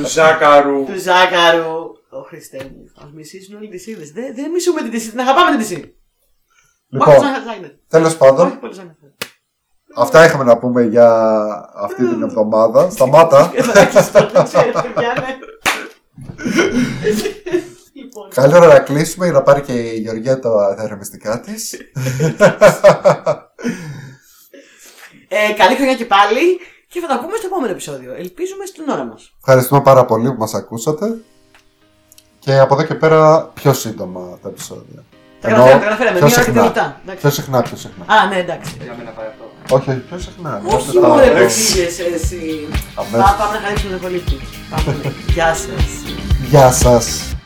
S3: του Ζάκαρου.
S1: Του Ζάκαρου. Ω Χριστέ μου, ας μισήσουν όλοι τις είδες. Δεν μισούμε την Τισή, την αγαπάμε την Τισή. Μάχο
S2: Λοιπόν, τέλος πάντων,
S1: ναι. πολύ Ζάκαρ.
S2: αυτά είχαμε να πούμε για αυτή την εβδομάδα. Σταμάτα.
S1: Ε, ναι. Λοιπόν,
S2: Καλή ώρα να κλείσουμε για να πάρει και η Γεωργία τα τα ηρεμιστικά της.
S1: ε, καλή χρονιά και πάλι και θα τα πούμε στο επόμενο επεισόδιο. Ελπίζουμε στην ώρα μας.
S2: Ευχαριστούμε πάρα πολύ που μας ακούσατε. Και από εδώ και πέρα πιο σύντομα τα επεισόδια.
S1: Τα
S2: Εννοώ,
S1: καταφέραμε, τα καταφέραμε. Μία
S2: πιο
S1: ώρα και
S2: συχνά.
S1: δύο λεπτά. Εντάξει.
S2: Πιο συχνά, πιο συχνά.
S1: Α, ναι, εντάξει.
S3: Για μένα πάει αυτό.
S2: Όχι, όχι, πιο συχνά.
S1: Όχι
S2: Τα-
S1: μου ρε
S2: τα-
S1: πήγες εσύ.
S2: αμέσως.
S1: Πά- Πάμε να χαρίσουμε τον κολλήτη. Πάμε. Γεια σας.
S2: Γεια σας.